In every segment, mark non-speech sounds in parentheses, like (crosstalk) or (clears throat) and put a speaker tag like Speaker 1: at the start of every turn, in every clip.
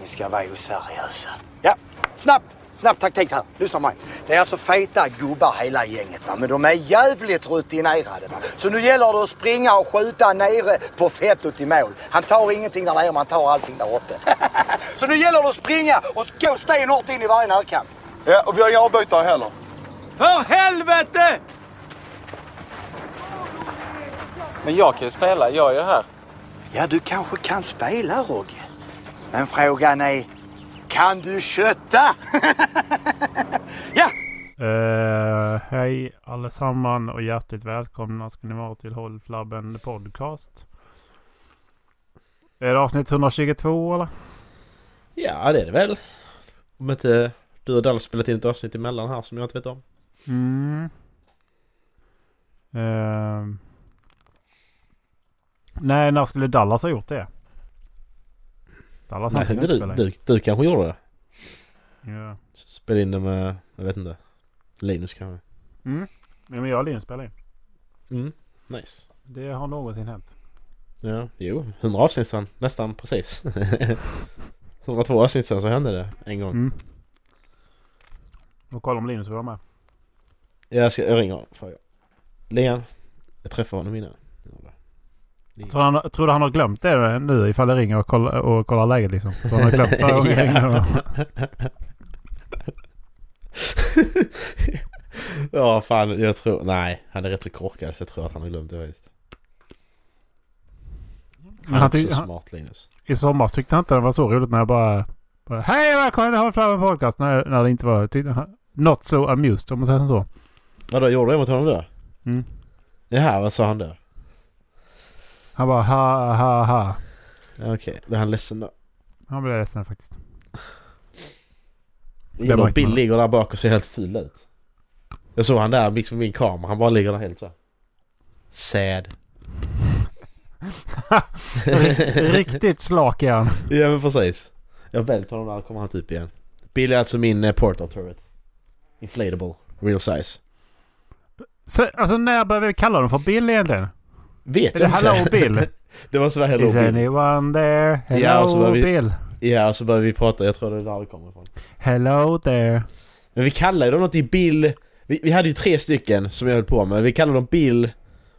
Speaker 1: Ni ska vara oseriösa. Ja, snabb, snabb taktik här. Lyssna på mig. Det är alltså feta gubbar hela gänget va. Men de är jävligt rutinerade va. Så nu gäller det att springa och skjuta nere på fettot i mål. Han tar ingenting där nere, man tar allting där uppe. (laughs) Så nu gäller det att springa och gå stenhårt in i varje närkamp.
Speaker 2: Ja, och vi har inga avbytare heller.
Speaker 3: För helvete!
Speaker 4: Men jag kan ju spela, jag är ju här.
Speaker 1: Ja, du kanske kan spela, Rogge. Men frågan är, kan du kötta? ja!
Speaker 5: Eh, hej allesammans och hjärtligt välkomna ska ni vara till Håll Flabben Podcast. Är det avsnitt 122 eller?
Speaker 3: Ja, det är det väl. Om inte du och Dalle spelat in ett avsnitt emellan här som jag inte vet om.
Speaker 5: Mm. Eh, nej, när skulle Dallas ha gjort det? Dallas
Speaker 3: Nej,
Speaker 5: hann
Speaker 3: du,
Speaker 5: inte spela in.
Speaker 3: du, du kanske gjorde det.
Speaker 5: Ja.
Speaker 3: Spela in det med, jag vet inte. Linus kanske.
Speaker 5: Mm. Ja, men jag och Linus spelade in.
Speaker 3: Mm, nice.
Speaker 5: Det har någonsin hänt.
Speaker 3: Ja, jo. 100 avsnitt sedan. Nästan precis. (laughs) 102 avsnitt sedan så hände det en gång.
Speaker 5: Mm. Och kolla om Linus vill vara med.
Speaker 3: Jag, ska, jag ringer och frågar. Leon, jag träffade honom innan.
Speaker 5: Tror du han, tror du han har glömt det nu ifall jag ringer och kollar, och kollar läget liksom? Tror han har
Speaker 3: (laughs)
Speaker 5: glömt förra gången jag ringde honom?
Speaker 3: Ja, fan. Jag tror... Nej, han är rätt så korkad så jag tror att han har glömt det faktiskt. Han
Speaker 5: Men
Speaker 3: är
Speaker 5: han
Speaker 3: inte
Speaker 5: tyck,
Speaker 3: så
Speaker 5: han,
Speaker 3: smart Linus.
Speaker 5: I somras tyckte han inte det var så roligt när jag bara... bara Hej välkommen till Håll Flammen Podcast! När, när det inte var... Tyckte han, not so amused om man säger som så.
Speaker 3: Vadå, gjorde du det mot honom då?
Speaker 5: Mm.
Speaker 3: Jaha, vad sa han då?
Speaker 5: Han bara ha ha ha.
Speaker 3: Ja, Okej, blev han ledsen då?
Speaker 5: Han blev ledsen
Speaker 3: (laughs)
Speaker 5: faktiskt.
Speaker 3: Jag
Speaker 5: var
Speaker 3: och
Speaker 5: inte
Speaker 3: Bill
Speaker 5: med.
Speaker 3: ligger där bak och ser helt ful ut. Jag såg han där liksom vid min kamera, han bara ligger där helt så. här. Sad.
Speaker 5: Riktigt slak är han.
Speaker 3: Ja men precis. Jag välter honom där kommer han typ igen. Bill är alltså min eh, portal turret. Inflatable. Real size.
Speaker 5: Så, alltså när började vi kalla dem för Bill egentligen?
Speaker 3: Vet
Speaker 5: Är det
Speaker 3: jag inte.
Speaker 5: Hello Bill?
Speaker 3: det var så där (laughs) Hello
Speaker 5: Is
Speaker 3: Bill.
Speaker 5: anyone there? Hello
Speaker 3: Ja, och så var vi-
Speaker 5: Bill?
Speaker 3: Ja, så började vi prata. Jag tror det är där det kommer ifrån.
Speaker 5: Hello there?
Speaker 3: Men vi kallade dem något i Bill... Vi, vi hade ju tre stycken som jag höll på med. Vi kallade dem Bill...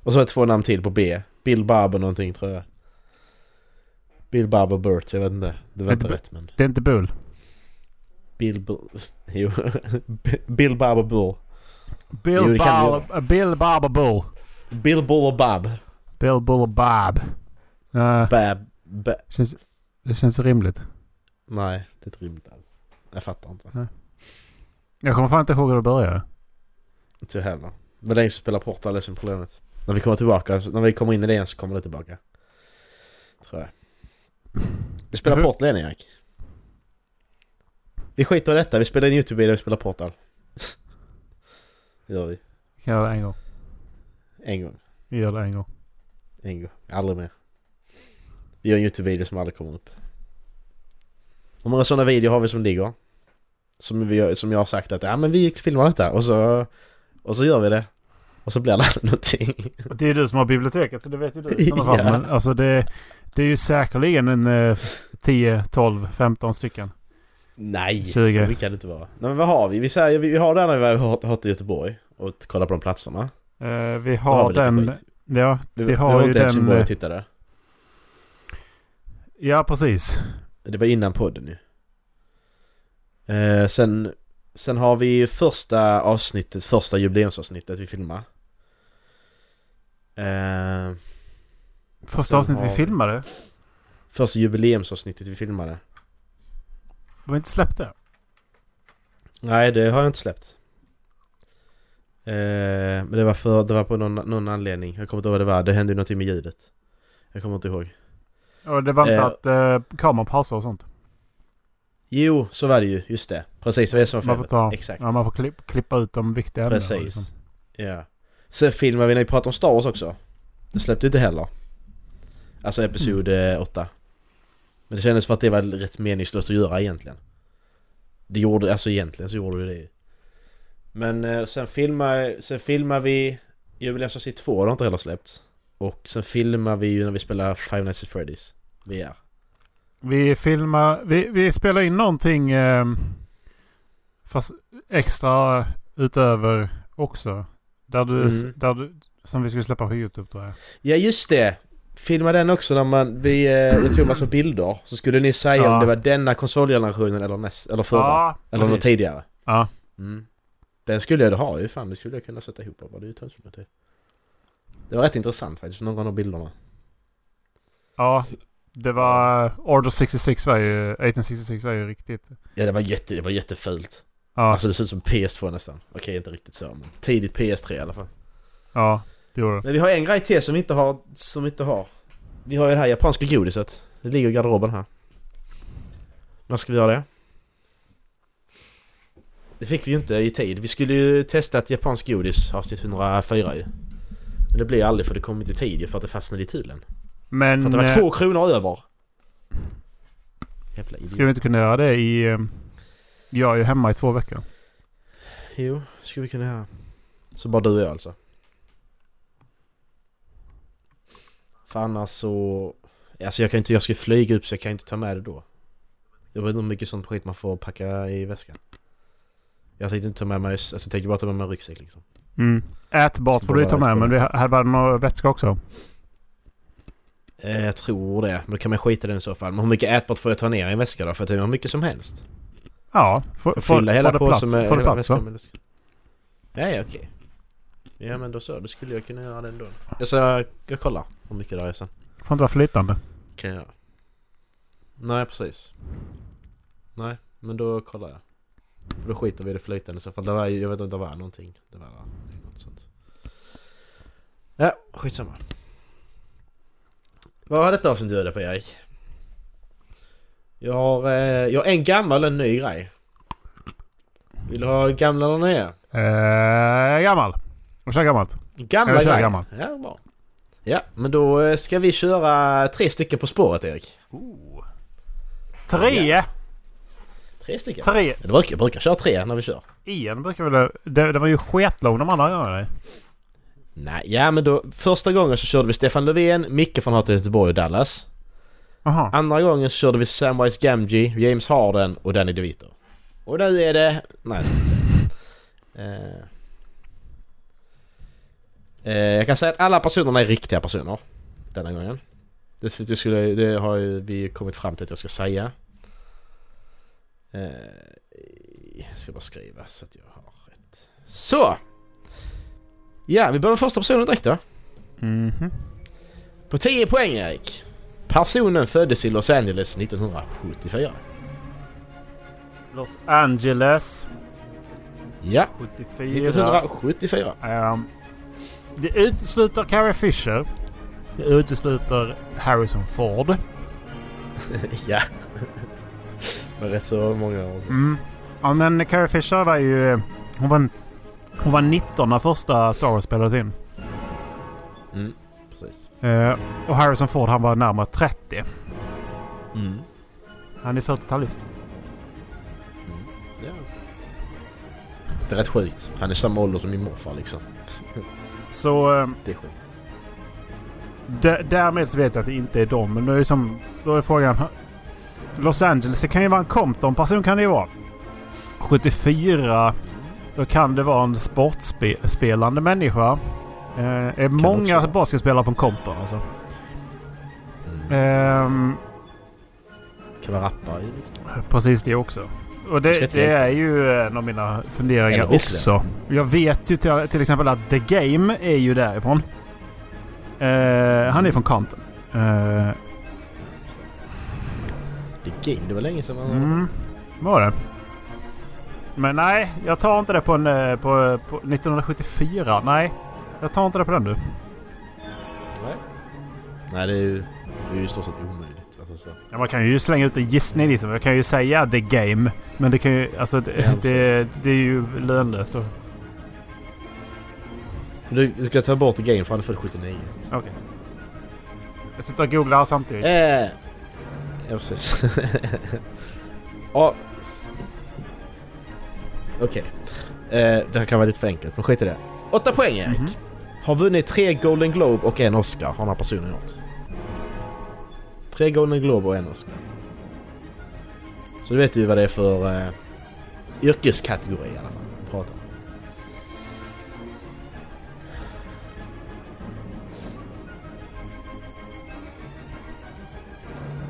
Speaker 3: Och så har jag två namn till på B. Bill Barber någonting tror jag. Bill Barber Burt, jag vet inte. Det var
Speaker 5: Ett
Speaker 3: inte
Speaker 5: b-
Speaker 3: rätt men...
Speaker 5: Det är inte Bull.
Speaker 3: Bill Bull... (laughs) Jo. Bill Barber Bull. Jo,
Speaker 5: Bill
Speaker 3: det kan vi
Speaker 5: Bob... Bill Bob och Bull.
Speaker 3: Bill Bull och Bob.
Speaker 5: Bill Bull och Bob. Ja,
Speaker 3: Bab... Ba,
Speaker 5: känns, det känns rimligt.
Speaker 3: nej, det är inte rimligt alls. Jag fattar inte.
Speaker 5: Jag kommer fan inte ihåg hur det började.
Speaker 3: Inte jag heller. Men det är ju som spelar Portal, det är som problemet. När vi kommer tillbaka, så- när vi kommer in i det igen så kommer det tillbaka. Tror jag. Vi spelar
Speaker 5: Jag tror-
Speaker 3: Portal igen Erik. Vi skiter i detta, vi spelar en YouTube-video och vi spelar Portal. (laughs) Det gör vi.
Speaker 5: Vi kan göra det en gång.
Speaker 3: En gång.
Speaker 5: Vi gör det en gång.
Speaker 3: En gång. Aldrig mer. Vi gör en YouTube-video som aldrig kommer upp. Hur många sådana videor har vi som ligger? Som, vi, gör- som jag har sagt att ja men vi filmar detta och så, och så gör vi det. Och så blir det aldrig (laughs) någonting.
Speaker 5: Och Det är du som har biblioteket så det vet ju (laughs) du. i sådana fall.
Speaker 3: Ja.
Speaker 5: Men alltså det, det är ju säkerligen en eh, 10, 12, 15 stycken.
Speaker 3: Nej,
Speaker 5: 20.
Speaker 3: det kan det inte vara. Nej men vad har vi? Vi, säger, vi, vi har den när vi har varit i Göteborg och kollat på de platserna.
Speaker 5: Eh, vi
Speaker 3: Då
Speaker 5: har
Speaker 3: vi lite
Speaker 5: den...
Speaker 3: skit.
Speaker 5: Ja,
Speaker 3: Vi,
Speaker 5: vi,
Speaker 3: vi
Speaker 5: har
Speaker 3: var
Speaker 5: ju
Speaker 3: inte i
Speaker 5: den...
Speaker 3: Helsingborg
Speaker 5: eh,
Speaker 3: och tittade.
Speaker 5: Ja, precis.
Speaker 3: Det var innan podden ju. Eh, sen, sen har vi första avsnittet, första jubileumsavsnittet vi filmade. Eh,
Speaker 5: Första
Speaker 3: Sen
Speaker 5: avsnittet vi
Speaker 3: har-
Speaker 5: filmade.
Speaker 3: första jubileumsavsnittet vi filmade.
Speaker 5: Har vi inte släppt det?
Speaker 3: Nej, det har jag inte släppt. Eh, men det var, för, det var på någon, någon anledning. Jag kommer inte ihåg vad det var. Det hände ju någonting med ljudet. Jag kommer inte ihåg.
Speaker 5: Och det var inte
Speaker 3: Eh.
Speaker 5: att eh, kameran pausar och sånt.
Speaker 3: Jo, så var det ju. Just det. Precis, det var det som var
Speaker 5: Man får,
Speaker 3: felet.
Speaker 5: ta,
Speaker 3: Exakt.
Speaker 5: ja, man får klipp, klippa ut de viktiga ämnena, liksom.
Speaker 3: Precis. Ja. Sen filmade vi när vi pratade om Star Wars också. Det släppte inte heller. Alltså Episod
Speaker 5: Mm.
Speaker 3: 8. Men det kändes för att det var rätt meningslöst att göra egentligen. Det gjorde, alltså egentligen så gjorde det ju. Men eh, sen filmade, sen filmade vi Jubileumsavsnitt 2, det har inte heller släppts. Och sen filmade vi ju när vi spelade Five Nights at Freddy's VR.
Speaker 5: Vi filmar... Vi, vi spelar in någonting ehm, fast extra utöver också. Där du,
Speaker 3: Mm.
Speaker 5: där du, som vi skulle släppa på Youtube tror jag.
Speaker 3: Ja just det! Filma den också när man, vi, eh, jag tog massa bilder så skulle ni säga
Speaker 5: Ja.
Speaker 3: om det var denna konsolgenerationen eller näst, eller förra.
Speaker 5: Ja,
Speaker 3: eller något
Speaker 5: precis.
Speaker 3: tidigare.
Speaker 5: Ja.
Speaker 3: Mm. Den skulle jag då ha ju, fan det skulle jag kunna sätta ihop bara, det är ju tönt som jag tycker. Det var rätt intressant faktiskt, några av bilderna.
Speaker 5: ja, det var... Order 66 var ju... 1866 var ju riktigt...
Speaker 3: Ja det var, jätte, det var jättefult.
Speaker 5: Ja,
Speaker 3: Alltså det ser ut som PS2 nästan. Okej inte riktigt så men tidigt PS3 i alla fall.
Speaker 5: ja det gjorde det.
Speaker 3: Men vi har en grej till som vi inte har, som vi inte har. Vi har ju det här japanska godiset. Det ligger i garderoben här. När ska vi göra det? Det fick vi ju inte i tid. Vi skulle ju testa ett japanskt godis avsnitt 104 ju. Men det blir aldrig för det kom inte i tid ju för att det fastnade i tulen.
Speaker 5: Men...
Speaker 3: För att det var
Speaker 5: eh,
Speaker 3: två kronor över. Jävla idiot.
Speaker 5: Skulle vi inte kunna göra det i... ehm, Jag är ju hemma i två veckor.
Speaker 3: Jo, skulle vi kunna göra. Så bara du och jag alltså? För annars så... Alltså jag kan inte, jag ska flyga upp så jag kan inte ta med det då. Jag vet inte hur mycket sånt skit man får packa i väskan. Jag tänkte inte ta med mig, alltså jag tänkte bara ta med mig en ryggsäck liksom.
Speaker 5: Mm. Ätbart
Speaker 3: Ska
Speaker 5: får du ju ta
Speaker 3: bara
Speaker 5: med
Speaker 3: två
Speaker 5: men vi hade bara någon vätska också.
Speaker 3: Eh, jag tror det, men då kan man skita i den i så fall. Men hur mycket ätbart får jag ta ner i en väska då? För jag tar hur mycket som helst.
Speaker 5: Ja, får,
Speaker 3: Jag
Speaker 5: får,
Speaker 3: fyller hela
Speaker 5: får det plats,
Speaker 3: påsen med
Speaker 5: får det
Speaker 3: hela
Speaker 5: plats
Speaker 3: väskan
Speaker 5: va?
Speaker 3: med väska. Ja, ja okej. Ja men då så, då skulle jag kunna göra det ändå. Alltså jag, jag kollar hur mycket det är sen.
Speaker 5: Får inte vara flytande.
Speaker 3: kan jag göra. Nej, precis. Nej, men då kollar jag. Och Då skiter vi i det flytande i så fall. Det var, ju- jag vet inte, det var någonting. Det var något sånt. Ja, skitsamma. Vad har detta avsnitt att bjuda på Erik? Jag har, eh, jag har en gammal och en ny grej. Vill du ha gamla eller nya?
Speaker 5: Eh, gammal. Och kör gammalt.
Speaker 3: Gamla
Speaker 5: Jag kör
Speaker 3: grej.
Speaker 5: gammal.
Speaker 3: Ja, bra. Ja, men då eh, ska vi köra tre stycken På spåret Erik.
Speaker 5: Tre!
Speaker 3: Tre stycken?
Speaker 5: Tre!
Speaker 3: Jag brukar, jag brukar köra tre när vi kör.
Speaker 5: Igen brukar väl... Det, det var ju skitlång de andra gångerna.
Speaker 3: Nej, ja men då första gången så körde vi Stefan Löfven, Micke från Hatet Göteborg och Dallas.
Speaker 5: Jaha.
Speaker 3: Andra gången så körde vi Samwise Gamgee, James Harden och Danny DeVito. Och nu är det... Nej, jag ska inte säga. Eh. Eh, jag kan säga att alla personerna är riktiga personer. Denna gången. Det, det, skulle, det har ju vi kommit fram till att jag ska säga. Eh, jag ska bara skriva så att jag har rätt. Så! Ja, vi börjar med första personen direkt då.
Speaker 5: Mhm.
Speaker 3: På 10 poäng Erik. Personen föddes i Los Angeles 1974.
Speaker 5: Los Angeles.
Speaker 3: Ja,
Speaker 5: 74.
Speaker 3: 1974.
Speaker 5: Ehm, det utesluter Carrie Fisher. Det utesluter Harrison Ford.
Speaker 3: ja. Med rätt så många år.
Speaker 5: Mm. Ja men Carrie Fisher var ju... Hon var, hon var 19 när första Star Wars spelades in.
Speaker 3: Mm, precis.
Speaker 5: Eh, och Harrison Ford han var närmare 30.
Speaker 3: Mm.
Speaker 5: Han är 40-talist.
Speaker 3: Ja. Det är rätt sjukt. Han är samma ålder som min morfar liksom.
Speaker 5: Så eh,
Speaker 3: Det är sjukt.
Speaker 5: d- därmed så vet jag att det inte är dem. Men då är, det som, då är frågan... ha- Los Angeles, det kan ju vara en Compton-person kan det ju vara. 74, då kan det vara en sportspelande människa. Eh, är
Speaker 3: också
Speaker 5: många
Speaker 3: vara.
Speaker 5: basketspelare från Compton alltså.
Speaker 3: Mm.
Speaker 5: Ehm,
Speaker 3: Kan vara rappare ju liksom.
Speaker 5: Precis det också. Och det,
Speaker 3: Ska
Speaker 5: det
Speaker 3: jag
Speaker 5: är ju eh, en av mina funderingar
Speaker 3: Eller Whistler.
Speaker 5: också. Jag vet ju till, till exempel att The Game är ju därifrån. Eh, han är
Speaker 3: Mm.
Speaker 5: från Compton. Eh,
Speaker 3: Det är game. Det var länge sedan man...
Speaker 5: mm, var det. Men nej, jag tar inte det på, en, eh, på, på 1974. Nej, jag tar inte det på den du.
Speaker 3: Nej, det är ju... Det är ju i stort sett omöjligt. Alltså så.
Speaker 5: Ja, man kan ju slänga ut en gissning liksom. Jag kan ju säga The Game. Men det kan ju... Alltså det,
Speaker 3: Ja,
Speaker 5: det,
Speaker 3: precis.
Speaker 5: det är ju lönlöst då.
Speaker 3: Men Du, du kan ta bort the game för han är född 79.
Speaker 5: Okej. Jag sitter och googlar samtidigt.
Speaker 3: Eh. Ja, precis. (laughs) ja. Okej. Eh, det här kan vara lite för enkelt, men skit i det. Åtta poäng, Erik.
Speaker 5: Mhm.
Speaker 3: Har vunnit tre Golden Globe och en Oscar, har den här personen gjort. Tre Golden Globe och en Oscar. Så du vet ju vad det är för eh, yrkeskategori i alla fall vi pratar om.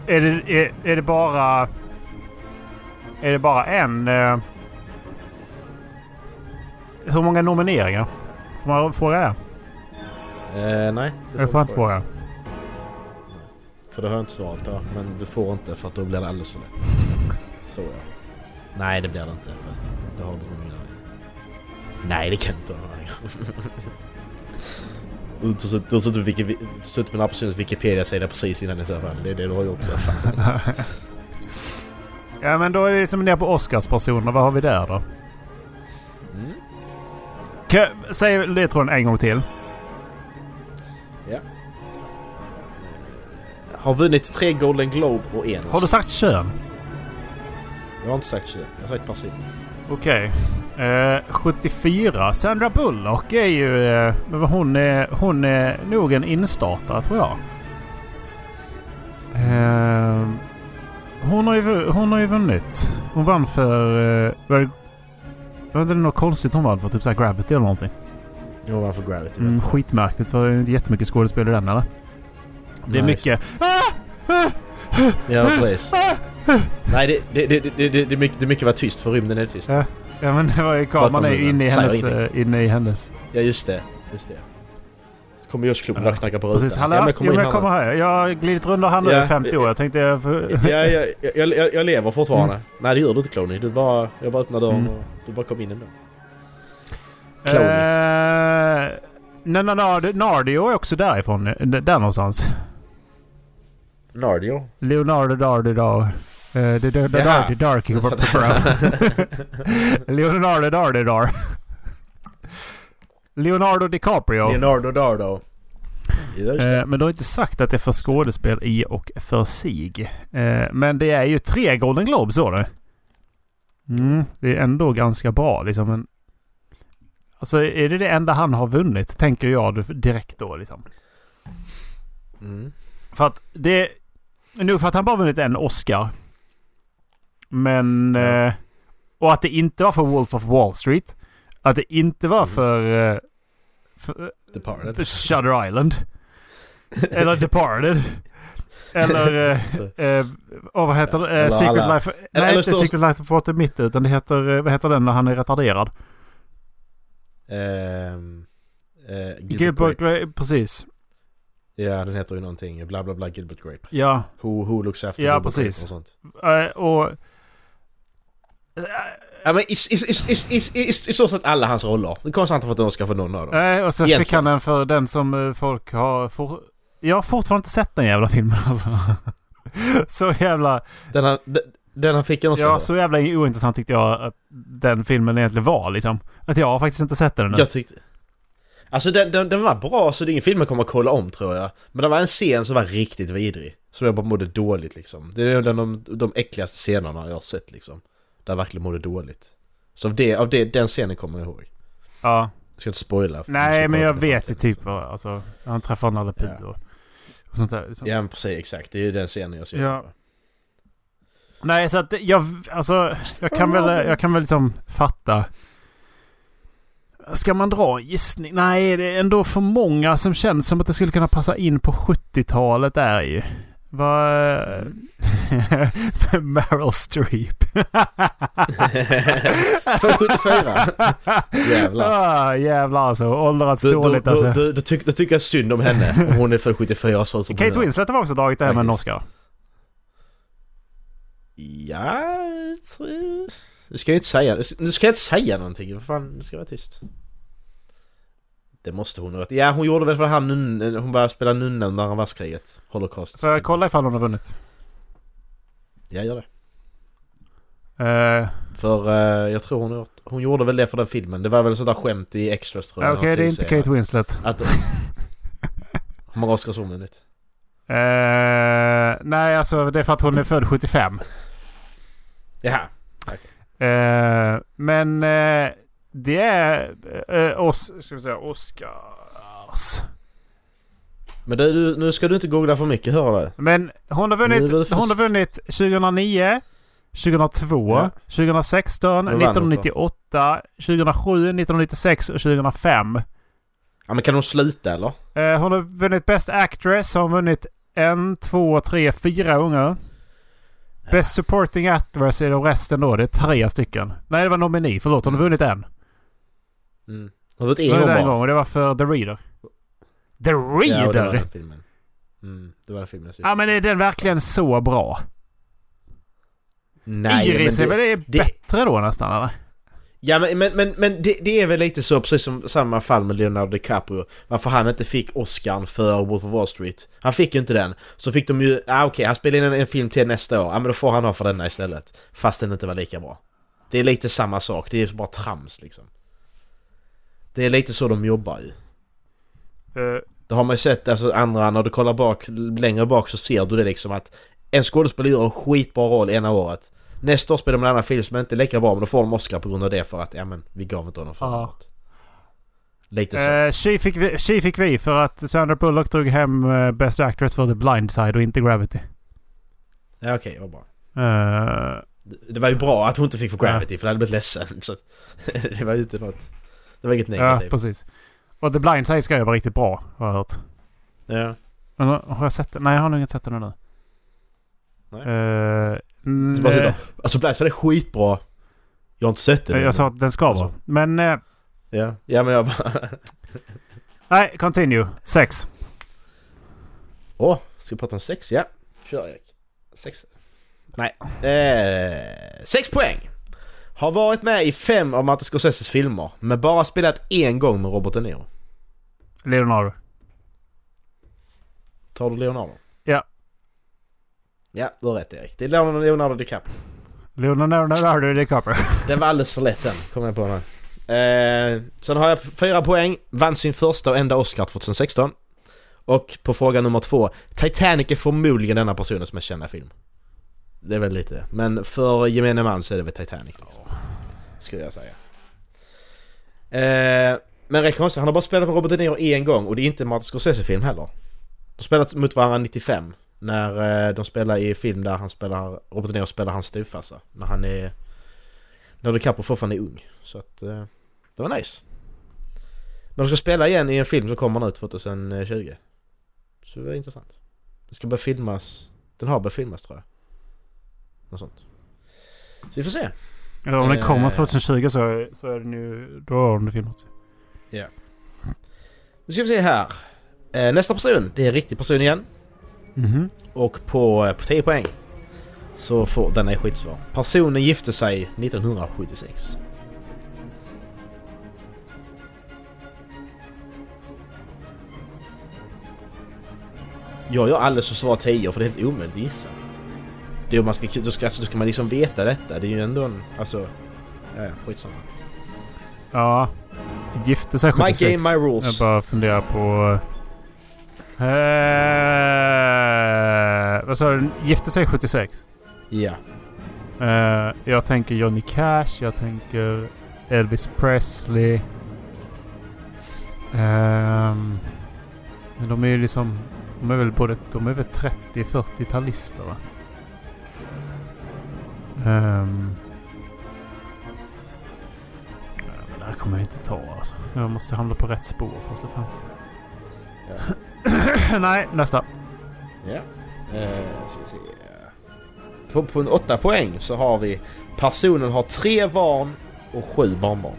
Speaker 5: Är det, är, är det bara... Är det bara en... Eh, hur många nomineringar? Får man fråga det?
Speaker 3: Eh, nej. det
Speaker 5: Eller får man inte
Speaker 3: du
Speaker 5: fråga?
Speaker 3: För det har jag inte svarat på. Men du får inte för att då blir det alldeles för lätt. Tror jag. Nej det blir det inte förresten. Det har du nog ingen aning om. Nej det kan du inte ha någon aning om. Du har suttit- du har suttit på Wiki- du har suttit på den här personens Wikipedia-sida precis innan i så fall. Det är det du har gjort så fall.
Speaker 5: Ja men då är det liksom ner på Oscarspersoner. Vad har vi där då?
Speaker 3: Mm.
Speaker 5: Kan jag- Säg ledtråden en gång till.
Speaker 3: (laughs) Har vunnit tre Golden Globe och en.
Speaker 5: Har du sagt kön?
Speaker 3: Jag har inte sagt 20. Jag har sagt person.
Speaker 5: Okej. Eh, 74. Sandra Bullock är ju... Eh, men hon, är, hon är nog en instartare tror jag. Eh, hon, har ju, vu- hon har ju vunnit. Hon vann för... Eh, var, var inte det något konstigt hon vann för? Typ såhär Gravity eller någonting?
Speaker 3: Jag var för Gravity.
Speaker 5: Mm,
Speaker 3: vet
Speaker 5: skitmärkligt för det är inte jättemycket skådespel i den eller?
Speaker 3: jag.
Speaker 5: Det är
Speaker 3: Nej,
Speaker 5: mycket...
Speaker 3: Ja precis. Nej det, det, det, det, det, det, är mycket, det är mycket var tyst för rymden är det tyst.
Speaker 5: Ja men det var ju kameran är ju inne i
Speaker 3: Säger
Speaker 5: hennes...
Speaker 3: ingenting.
Speaker 5: eh, Inne i hennes...
Speaker 3: Ja just det. Just det. Så kommer Joshklubben och knackar på rutan.
Speaker 5: Precis, hallå?
Speaker 3: ja,
Speaker 5: Ja,
Speaker 3: men
Speaker 5: men
Speaker 3: kom in
Speaker 5: jag kommer
Speaker 3: här.
Speaker 5: här. Jag har glidit runt här nu
Speaker 3: Ja.
Speaker 5: i 50 år. Jag tänkte... Jag får...
Speaker 3: (laughs) Ja, jag, jag, jag, jag lever fortfarande. Nej det gör du inte Cloney. Du bara, jag bara öppnar dörren
Speaker 5: Mm.
Speaker 3: och du bara kom in ändå. Cloney.
Speaker 5: Eh, nej, nej, Nard- Nardio är också därifrån. eh, d- Där någonstans.
Speaker 3: Nardio.
Speaker 5: Leonardo Dardi Dar. Eh, det- det- det-
Speaker 3: Jaha.
Speaker 5: Dardi Darky.
Speaker 3: (laughs)
Speaker 5: Leonardo Dardi Dar. Leonardo DiCaprio.
Speaker 3: Leonardo Dardo. Ja, just det.
Speaker 5: Eh, men du har inte sagt att det är för skådespel i och för sig. Eh, men det är ju tre Golden Globes så det. Mm, det är ändå ganska bra liksom. Men... Alltså är det det enda han har vunnit? Tänker jag direkt då liksom.
Speaker 3: Mm.
Speaker 5: För att det... Nu för att han bara vunnit en Oscar. Men...
Speaker 3: Ja.
Speaker 5: Eh, och att det inte var för Wolf of Wall Street. Att det inte var
Speaker 3: Mm.
Speaker 5: för... Eh, för
Speaker 3: Departed.
Speaker 5: för Shutter Island. Eller Departed.
Speaker 3: (laughs)
Speaker 5: Eller... Eh,
Speaker 3: Så.
Speaker 5: eh, åh, vad heter det?
Speaker 3: Alltså.
Speaker 5: Eh,
Speaker 3: Eller
Speaker 5: Secret
Speaker 3: alla-
Speaker 5: Life... Nej,
Speaker 3: eller
Speaker 5: inte
Speaker 3: står-
Speaker 5: Secret Life of Walter Mitty. Utan det heter... eh, Vad heter den när han är retarderad?
Speaker 3: Ehm... eh, Gilbert
Speaker 5: Gilbert
Speaker 3: Grape.
Speaker 5: Grape. Precis.
Speaker 3: Ja den heter ju någonting. Bla bla bla Gilbert Grape.
Speaker 5: Ja.
Speaker 3: Who, who looks after
Speaker 5: Ja,
Speaker 3: Gilbert
Speaker 5: precis.
Speaker 3: Grape och sånt.
Speaker 5: Eh, och...
Speaker 3: Ja men i, i, i, i, i, i, i, i stort sett alla hans roller. Det är konstigt att han inte fått en Oscar för någon av dem.
Speaker 5: Nej, eh, och sen fick
Speaker 3: Egentligen.
Speaker 5: han den för den som eh, folk har... For... Jag har fortfarande inte sett den jävla filmen (laughs) alltså. Så jävla...
Speaker 3: Den han, den, den han fick en Oscar
Speaker 5: Ja,
Speaker 3: för.
Speaker 5: så jävla ointressant tyckte jag att den filmen egentligen var liksom. Att jag har faktiskt inte sett den ännu.
Speaker 3: Jag tyckte... Alltså den, den, den var bra så det är ingen film jag kommer att kolla om tror jag. Men det var en scen som var riktigt vidrig. Som jag bara mådde dåligt liksom. Det är den de, de äckligaste scenerna jag har sett liksom. Där jag verkligen mådde dåligt. Så av, det, av det, den scenen kommer jag ihåg.
Speaker 5: Ja.
Speaker 3: Jag ska inte spoila. för du
Speaker 5: Nej,
Speaker 3: ska
Speaker 5: men
Speaker 3: kolla
Speaker 5: jag
Speaker 3: på det
Speaker 5: vet ju
Speaker 3: framtiden,
Speaker 5: typ vad... Alltså, han träffar en allepid
Speaker 3: Ja.
Speaker 5: och, och sånt där.
Speaker 3: så.
Speaker 5: Liksom.
Speaker 3: Ja men precis, exakt. Det är ju den scenen jag ser.
Speaker 5: Ja. Nej, så att jag... Alltså, jag kan väl, jag kan väl liksom fatta... Ska man dra en gissning? Nej, det är ändå för många som känns som att det skulle kunna passa in på 70-talet är ju. Vad... (laughs) Meryl (laughs) Streep.
Speaker 3: För
Speaker 5: (laughs)
Speaker 3: 74! Jävlar.
Speaker 5: Ah, jävlar alltså. Åldrats
Speaker 3: Du, du,
Speaker 5: dåligt
Speaker 3: du,
Speaker 5: alltså.
Speaker 3: du, du, tyck, du tycker jag synd om henne. Om hon är född 74 så som
Speaker 5: Kate
Speaker 3: hon är.
Speaker 5: Winslet har också dragit det här med en
Speaker 3: Faktiskt.
Speaker 5: Oscar.
Speaker 3: Ja, jag tror- nu ska jag inte säga, nu ska jag inte säga någonting. Vad fan, nu ska jag vara tyst. Det måste hon ha gjort. Ja, hon gjorde väl för han nun- hon började spela nunna under andra världskriget. Holocaust.
Speaker 5: Får jag kolla ifall hon har vunnit?
Speaker 3: Ja, gör det.
Speaker 5: Eh,
Speaker 3: För eh, jag tror hon har gjort, hon gjorde väl det för den filmen. Det var väl sådär skämt i Extras tror jag.
Speaker 5: Okej, det är inte Kate Winslet.
Speaker 3: Att, hur många Oscars har hon vunnit?
Speaker 5: Eh, nej, alltså det är för att hon är född 75.
Speaker 3: Jaha.
Speaker 5: Eh, men eh, det är... Eh, os, ska vi säga, Oscars.
Speaker 3: Men du, du, nu ska du inte googla för mycket, hör du?
Speaker 5: Men hon har
Speaker 3: Nu är det väl
Speaker 5: vunnit,
Speaker 3: för-
Speaker 5: hon har vunnit 2009, 2002,
Speaker 3: Ja.
Speaker 5: 2016,
Speaker 3: Vad vann de för?
Speaker 5: 1998, 2007, 1996 och 2005.
Speaker 3: Ja men kan hon sluta eller?
Speaker 5: Eh, hon har vunnit Best Actress. Hon har vunnit en, två, tre, fyra gånger.
Speaker 3: Ah.
Speaker 5: Best Supporting Actress är då resten då. Det är tre stycken. Nej, det var nomini. Förlåt. Hon har vunnit en.
Speaker 3: Mm. Har du varit
Speaker 5: Det
Speaker 3: en gång
Speaker 5: var en
Speaker 3: bara?
Speaker 5: gång och det var för The Reader. The
Speaker 3: Ja, det var
Speaker 5: Reader! Ja,
Speaker 3: den filmen. Mm, det var den filmen. jag
Speaker 5: men är den verkligen så bra?
Speaker 3: Nej,
Speaker 5: Iris
Speaker 3: men
Speaker 5: är väl det, bättre då nästan eller?
Speaker 3: Ja men, men, men, men det, det är väl lite så precis som samma fall med Leonardo DiCaprio Varför han inte fick Oscarn för Wolf of Wall Street Han fick ju inte den Så fick de ju, ah, okej han spelar in en, en film till nästa år, ja ah, men då får han ha för denna istället Fast den inte var lika bra Det är lite samma sak, det är bara trams liksom Det är lite så de jobbar ju
Speaker 5: Eh,
Speaker 3: Det har man ju sett, alltså andra, när du kollar bak, längre bak så ser du det liksom att En skådespelare gör en skitbra roll ena året Nästa år spelar de en annan film som inte är lika bra men då får de Oscar på grund av det för att ja men vi gav inte honom för
Speaker 5: Ja.
Speaker 3: något. Lite så.
Speaker 5: Eh, tji fick, vi- tji fick vi för att Sandra Bullock drog hem eh, Best Actress för The Blind Side och inte Gravity.
Speaker 3: Ja okej, vad bra.
Speaker 5: Eh,
Speaker 3: Det- Det var ju bra att hon inte fick för Gravity för det hade blivit ledsen. Så att, (laughs) det var ju inte något... Det var inget
Speaker 5: ja,
Speaker 3: negativt.
Speaker 5: precis. Och The Blind Side ska ju vara riktigt bra har jag hört.
Speaker 3: Ja.
Speaker 5: Men, har jag sett den? Nej, jag har nog inte sett den ännu.
Speaker 3: Nej.
Speaker 5: Eh,
Speaker 3: Så bara
Speaker 5: nej.
Speaker 3: sitter, alltså Blast var det skitbra. Jag har inte sett det.
Speaker 5: jag sa att den ska vara.
Speaker 3: Alltså.
Speaker 5: Men... eh,
Speaker 3: Ja, ja men jag bara...
Speaker 5: nej, continue. Sex.
Speaker 3: Åh, ska vi prata om sex? Ja, kör Erik. Sex. Nej. Eh, sex poäng! Har varit med i fem av Martin Scorseses filmer, men bara spelat en gång med Robert De Niro.
Speaker 5: Leonardo.
Speaker 3: Tar du Leonardo?
Speaker 5: Ja.
Speaker 3: Ja, du har rätt Erik. Det är Leonardo, Leonardo DiCaprio.
Speaker 5: Leonardo DiCaprio.
Speaker 3: Den var alldeles för lätt den, kom jag på nu. Eh, sen har jag fyra poäng, vann sin första och enda Oscar 2016. Och på fråga nummer två, Titanic är förmodligen denna personens mest kända film. Det är väl lite, men för gemene man så är det väl Titanic liksom. Skulle jag säga. Eh, men rätt konstigt, han har bara spelat med Robert De Niro en gång och det är inte en Martin Scorsese-film heller. De spelat mot varandra 95 när eh, de spelar i film där han spelar, Robert De Niro spelar hans styvfarsa. När han är, när DiCaprio fortfarande är ung. Så att eh, det var nice. Men de ska spela igen i en film som kommer nu 2020. Så det är intressant. Det ska börja filmas, den har börjat filmas tror jag. Något sånt. Så vi får se.
Speaker 5: (laughs) Eller om den
Speaker 3: Eh.
Speaker 5: kommer 2020 så, är- så är den ju... Då har den filmat.
Speaker 3: Nu ska vi se här. Eh, nästa person, det är en riktig person igen.
Speaker 5: Mhm.
Speaker 3: Och på, på 10 poäng så får den är skitsvår. Personen gifte sig 1976. Jag gör alldeles för svar 10 för det är helt omöjligt att gissa. Det är om man ska, då, ska, alltså, då ska man liksom veta detta. Det är ju ändå en... Alltså... Ja, ja, skitsamma.
Speaker 5: Ja. Gifte sig
Speaker 3: My
Speaker 5: 76.
Speaker 3: game, my
Speaker 5: Jag
Speaker 3: rules.
Speaker 5: bara funderar på... Eh, vad sa du? Gifte sig 76?
Speaker 3: Ja.
Speaker 5: Eh, jag tänker Johnny Cash, jag tänker Elvis Presley. Ehm, men de är ju liksom... De är väl både... De är väl 30-40-talister va? Ehm. ja, men det här kommer jag inte ta alltså. Jag måste hamna på rätt spår först och främst. (coughs) Nej, nästa.
Speaker 3: Ja. Eh, ska vi se. På, på en åtta poäng så har vi personen har tre barn och sju barnbarn.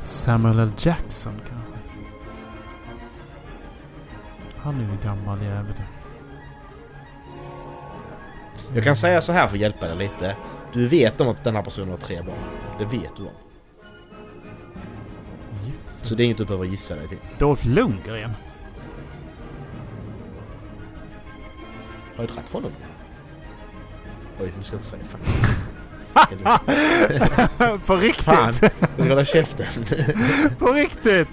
Speaker 5: Samuel L. Jackson kanske? Han är ju en gammal jävel.
Speaker 3: Jag kan säga så här för att hjälpa dig lite. Du vet om att den här personen har tre barn. Det vet du om.
Speaker 5: Gifte sig.
Speaker 3: Så det är inget du behöver gissa dig till.
Speaker 5: Dolph Lundgren?
Speaker 3: Har du dragit honom? Oj, nu ska jag inte säga fan.
Speaker 5: (laughs) På riktigt?
Speaker 3: fan! Jag ska hålla käften.
Speaker 5: (laughs) På riktigt?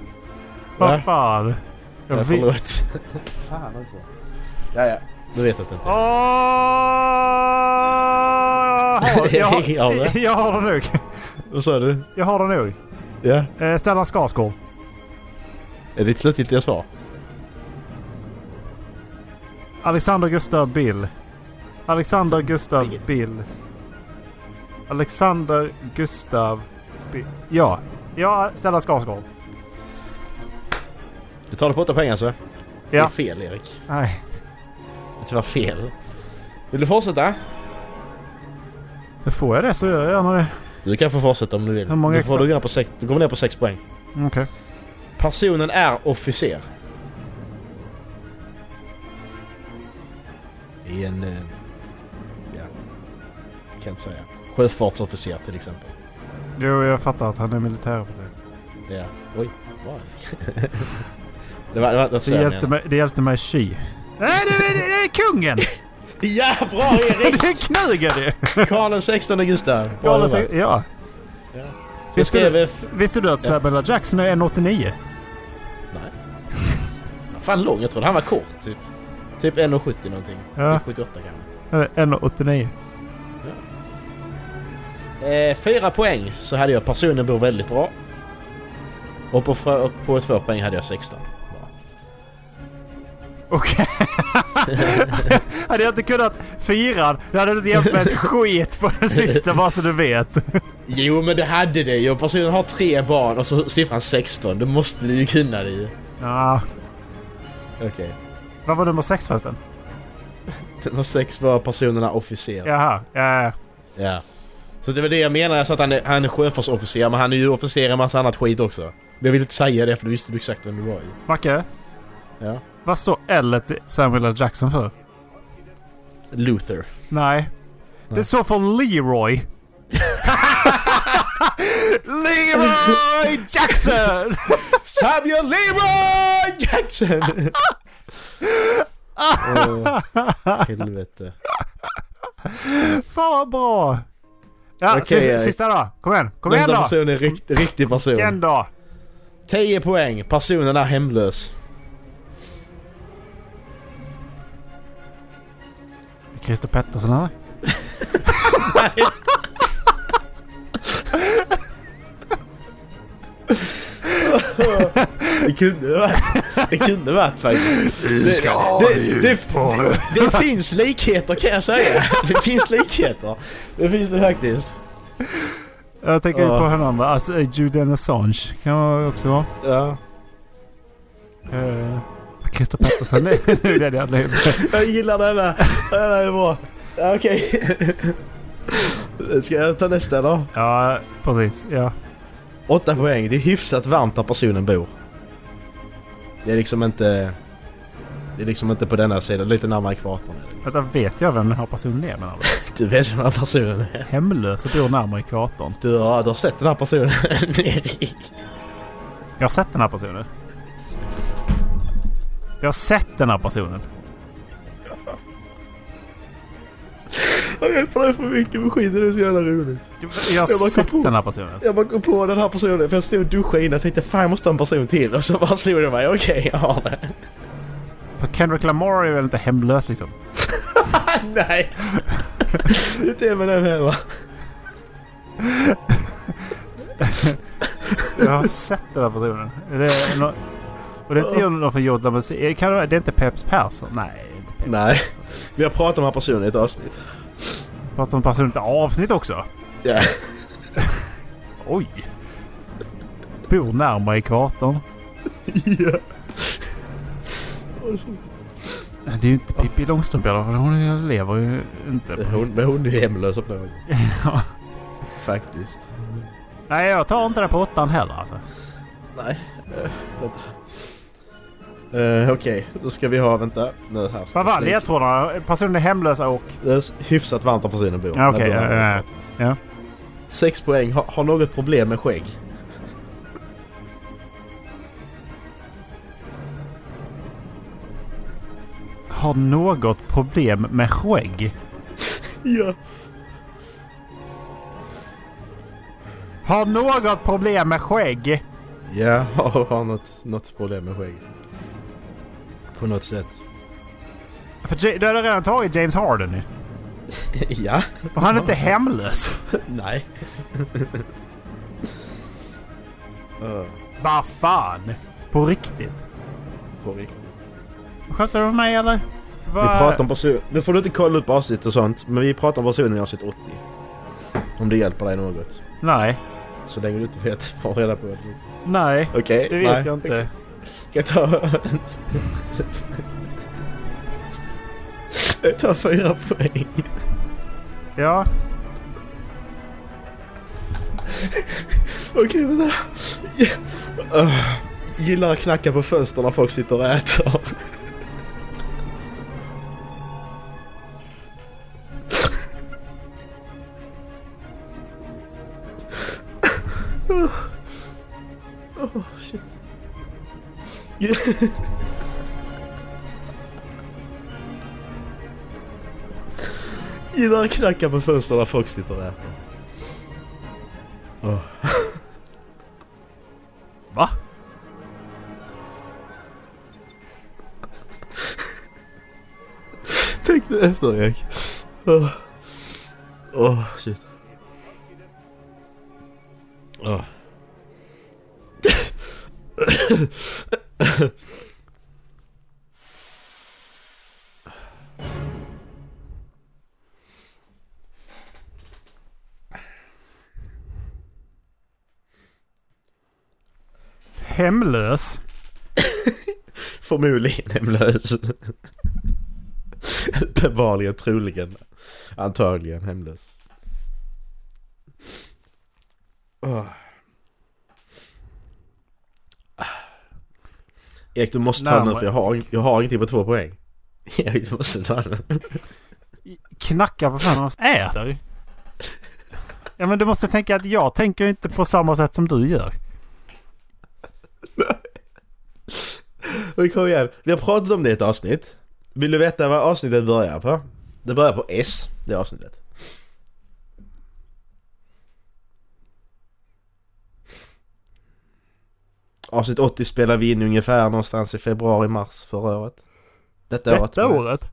Speaker 3: Va?
Speaker 5: Vad fan? (laughs) Jag
Speaker 3: Ja,
Speaker 5: vet...
Speaker 3: förlåt. Fan också. Ja, ja. Du vet att det inte
Speaker 5: Åh!
Speaker 3: är. (laughs)
Speaker 5: Jag har, (laughs) jag,
Speaker 3: Ja,
Speaker 5: har,
Speaker 3: det.
Speaker 5: jag har den nog.
Speaker 3: Vad sa du?
Speaker 5: Jag har den nog.
Speaker 3: Ja.
Speaker 5: Eh, Stellan Skarsgård.
Speaker 3: Är det ditt slutgiltiga svar?
Speaker 5: Alexander Gustav Bill. Alexander Gustav
Speaker 3: Bill.
Speaker 5: Bill. Alexander Gustav Bill. Ja. Ja, Stellan Skarsgård.
Speaker 3: Du tar det på åtta poäng alltså? Det är
Speaker 5: Ja.
Speaker 3: fel Erik.
Speaker 5: Nej.
Speaker 3: Det var fel. Vill du fortsätta?
Speaker 5: Nu får jag det så gör jag gärna det.
Speaker 3: Du kan få fortsätta om du vill.
Speaker 5: Hur många
Speaker 3: du, får
Speaker 5: extra?
Speaker 3: du, gå ner på sex, du kommer ner på sex poäng.
Speaker 5: Okej.
Speaker 3: Personen är officer. I en... eh, Ja. Jag kan inte säga. Sjöfartsofficer till exempel.
Speaker 5: Jo, jag fattar att han är militärofficer.
Speaker 3: Ja. Oj. Vad? (laughs) det var... Det var... Det
Speaker 5: Det hjälpte, mig, det hjälpte mig Chi. Nej, det är, det är kungen!
Speaker 3: Ja! Bra
Speaker 5: (laughs)
Speaker 3: Erik!
Speaker 5: Det är (laughs) knugen ju!
Speaker 3: Karl den
Speaker 5: (laughs)
Speaker 3: 16 Gustav. Bra
Speaker 5: Galen
Speaker 3: jobbat.
Speaker 5: säger- Ja.
Speaker 3: Så skrev... eh,
Speaker 5: Visste du att Samuel L. Jackson är 1,89?
Speaker 3: Nej. Han fan lång. Jag trodde han var kort. Typ, typ 1,70 någonting.
Speaker 5: Ja.
Speaker 3: Typ 78 kanske.
Speaker 5: Eller 1,89.
Speaker 3: Eh, fyra poäng så hade jag personen bor väldigt bra. Och på, frö- och på två poäng hade jag 16.
Speaker 5: Okej. hade jag inte kunnat fyran, då hade du inte hjälpt mig ett skit på den sista, bara så du vet.
Speaker 3: Jo men det hade det ju. Personen har tre barn och så siffran 16. Då måste du ju kunna det ju.
Speaker 5: Ah,
Speaker 3: Okej.
Speaker 5: vad var nummer sex förresten?
Speaker 3: Nummer sex var personerna officer.
Speaker 5: Jaha, ja, ja.
Speaker 3: Ja. Så det var det jag menade. Jag sa att han är, han är sjöfartsofficer men han är ju officer i en massa annat skit också. Men jag ville inte säga det för då visste du exakt vem du var ju.
Speaker 5: Macke?
Speaker 3: Ja.
Speaker 5: Vad står L till Samuel L. Jackson för?
Speaker 3: Luther.
Speaker 5: Nej. Det står för Leroy. (laughs) Leroy Jackson!
Speaker 3: Samuel Leroy Jackson! Åh, helvete.
Speaker 5: Fan vad bra! Ja,
Speaker 3: Okej,
Speaker 5: sista,
Speaker 3: Erik.
Speaker 5: sista då. Kom igen. Kom igen
Speaker 3: Nästa
Speaker 5: då!
Speaker 3: person är rikt, riktig
Speaker 5: Kom igen
Speaker 3: person.
Speaker 5: då!
Speaker 3: 10 poäng. Personen är hemlös.
Speaker 5: Christer Pettersson eller?
Speaker 3: Det kunde varit. Det kunde varit faktiskt.
Speaker 1: Du ska ha
Speaker 3: Det, det, det, det finns likheter kan jag säga. Det finns likheter. Det finns det faktiskt.
Speaker 5: Jag tänker
Speaker 3: Ja.
Speaker 5: på den andra. Alltså, eh, Julian Assange kan man också vara.
Speaker 3: Ja.
Speaker 5: Uh, Christer (laughs) Pettersson. Nej, nu är det jag blev.
Speaker 3: Jag gillar denna. Denna är bra. Ja, Okej. Ska jag ta nästa eller?
Speaker 5: Ja, precis. Ja.
Speaker 3: 8 poäng. Det är hyfsat varmt där personen bor. Det är liksom inte... Det är liksom inte på denna sidan. Lite närmare ekvatorn. är det.
Speaker 5: Vänta, vet jag vem den här personen är menar du?
Speaker 3: Du vet vem den här personen är.
Speaker 5: Hemlös och bor närmare ekvatorn.
Speaker 3: Du har, du har sett den här personen. Erik.
Speaker 5: Jag har sett den här personen. Jag har sett den här personen.
Speaker 3: (laughs) Jag hjälper dig för mycket med skiten. Det är så jävla roligt.
Speaker 5: Jag har
Speaker 3: Jag bara kom
Speaker 5: sett
Speaker 3: på.
Speaker 5: den här personen.
Speaker 3: Jag bara kom på den här personen. För jag stod och duschade innan och tänkte fan jag måste ha en person till. Och så bara slog det mig. Okej, jag har det.
Speaker 5: För Kendrick Lamar är väl inte hemlös liksom?
Speaker 3: (laughs) Nej. Det är inte Eminem heller.
Speaker 5: Jag har sett den här personen. Är det nå- och det är inte någon från Jodla Musik. Kan det, vara- det är inte Peps Persson? Nej, det är inte Peps
Speaker 3: Nej.
Speaker 5: Persson.
Speaker 3: Vi har pratat om den här personen i ett avsnitt.
Speaker 5: Pratar om personligt avsnitt också?
Speaker 3: Ja.
Speaker 5: Oj! Bor närmare ekvatorn. Det är ju inte Pippi Långstrump i alla fall. Hon lever ju inte. På.
Speaker 3: Hon, men hon är hemlös av någon.
Speaker 5: (laughs) Ja.
Speaker 3: Faktiskt.
Speaker 5: Nej, jag tar inte det på åttan heller alltså.
Speaker 3: Nej. Eh, vänta. Eh, Okej, då ska vi ha... Vänta. Nu här. ska
Speaker 5: Vad
Speaker 3: vi
Speaker 5: var
Speaker 3: flika.
Speaker 5: ledtrådarna? Personen är hemlös och...
Speaker 3: Det är hyfsat varmt där personen bor.
Speaker 5: Ja, okej,
Speaker 3: Där bor
Speaker 5: ja,
Speaker 3: han.
Speaker 5: ja, ja.
Speaker 3: Sex poäng. Har, har något problem med skägg?
Speaker 5: Har något problem med skägg?
Speaker 3: Ja.
Speaker 5: Har något problem med skägg?
Speaker 3: Ja, (laughs) har, har något, något problem med skägg. På något sätt. (laughs)
Speaker 5: För J- du har redan tagit James Harden nu.
Speaker 3: ja. (laughs)
Speaker 5: Och han är inte hemlös.
Speaker 3: Nej. Eh,
Speaker 5: Vad fan! På riktigt?
Speaker 3: På riktigt.
Speaker 5: Skämtar du med mig eller?
Speaker 3: Vi pratar om person... Nu får du inte kolla upp avsnitt och sånt, men vi pratar om personen i avsnitt 80. Om det hjälper dig något.
Speaker 5: Nej.
Speaker 3: Så länge du inte vet vad reda på det finns.
Speaker 5: Nej.
Speaker 3: Okej?
Speaker 5: Det vet
Speaker 3: nej.
Speaker 5: jag inte.
Speaker 3: Ska jag ta... jag tar fyra poäng.
Speaker 5: Ja.
Speaker 3: Okej, vänta. Öh, Gillar att knacka på fönster när folk sitter och äter. Oh, shit. Gillar att knacka på fönster när folk sitter och äter. Åh.
Speaker 5: Va?
Speaker 3: Tänk nu efter Erik. Åh, Åh, shit. Åh.
Speaker 5: Hemlös?
Speaker 3: Förmodligen hemlös. Uppenbarligen, troligen, antagligen hemlös. Åh. Ah. Erik du måste ta den nu för jag har, jag har ingenting på två poäng. (laughs) Erik du måste ta den.
Speaker 5: Knackar på fan och (laughs) äter? Ja men du måste tänka att jag tänker ju inte på samma sätt som du gör.
Speaker 3: Oj, kom igen. Vi har pratat om det i ett avsnitt. Vill du veta vad avsnittet börjar på? Det börjar på S, det avsnittet. Avsnitt 80 spelade vi in ungefär någonstans i februari-mars förra året. Detta, året.
Speaker 5: året?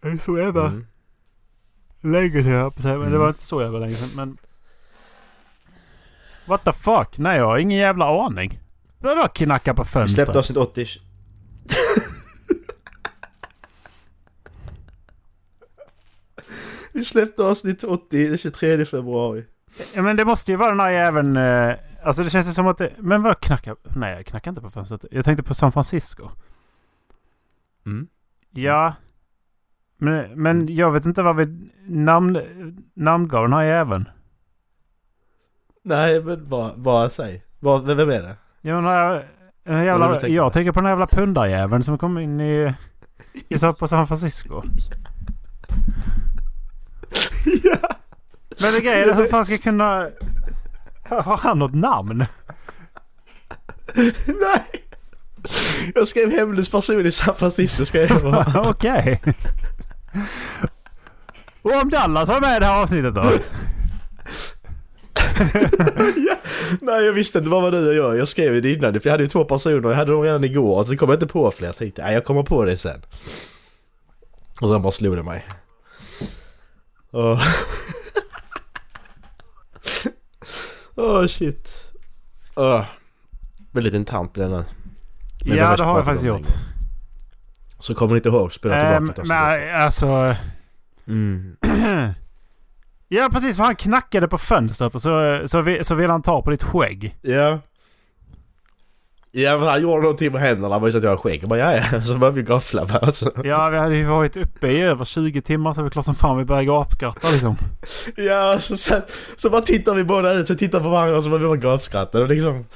Speaker 5: Är det så jävla
Speaker 3: Mm.
Speaker 5: länge sedan jag höll på att säga, Men det
Speaker 3: Mm.
Speaker 5: var inte så jävla länge sedan. Men... What the fuck? Nej jag har ingen jävla aning. Vadå knacka på
Speaker 3: Vi släppte
Speaker 5: fönstret?
Speaker 3: avsnitt 80... (laughs) vi släppte avsnitt 80 den 23 februari.
Speaker 5: Ja men det måste ju vara den här jäveln... eh, Alltså det känns ju som att det... Men vadå knacka? Nej jag knackar inte på fönstret. Jag tänkte på San Francisco.
Speaker 3: Mm.
Speaker 5: Ja. Men, men jag vet inte vad vi namn, namngav den här jäveln.
Speaker 3: Nej, men bara, bara säg. Bara, vem vem är det?
Speaker 5: Jag menar, den här
Speaker 3: Vad
Speaker 5: jävla,
Speaker 3: du tänker på?
Speaker 5: jag tänker på den här jävla pundarjäveln som kom in i... i Sa- på San Francisco.
Speaker 3: ja.
Speaker 5: Men det grejen är hur fan ska jag kunna... Har han något namn?
Speaker 3: Nej! Jag skrev hemlös person i San Francisco skrev jag (laughs) bara.
Speaker 5: Okej. Och om Dallas var med i det här avsnittet då?
Speaker 3: Nej jag visste inte vad var du och jag. Jag skrev ju det innan. För jag hade ju två personer. Jag hade dem redan igår. Så kom jag inte på fler. Så tänkte jag, nej jag kommer på det sen. Och sen bara slog det mig. Åh (laughs) Åh, shit. Åh. Blev en liten tamp i den nu. Men
Speaker 5: ja,
Speaker 3: har
Speaker 5: det har jag
Speaker 3: pratat
Speaker 5: faktiskt
Speaker 3: om
Speaker 5: gjort.
Speaker 3: det Så kommer ni inte ihåg, spela tillbaka
Speaker 5: Ehm,
Speaker 3: ett avsnitt efter.
Speaker 5: men alltså...
Speaker 3: Mm.
Speaker 5: (clears throat) Ja precis, för han knackade på fönstret och så, så, vi- så ville han ta på ditt skägg.
Speaker 3: Ja. Ja men han gjorde någonting med händerna, han visste att jag hade skägg. Jag bara ja (laughs) ja, så började vi gaffla med alltså.
Speaker 5: Ja, vi hade ju varit uppe i över 20 timmar så vi klart som fan vi började gapskratta liksom.
Speaker 3: Ja så sen, så bara tittar vi båda ut, så tittar på varandra och så börjar vi bara gapskratta. Och liksom...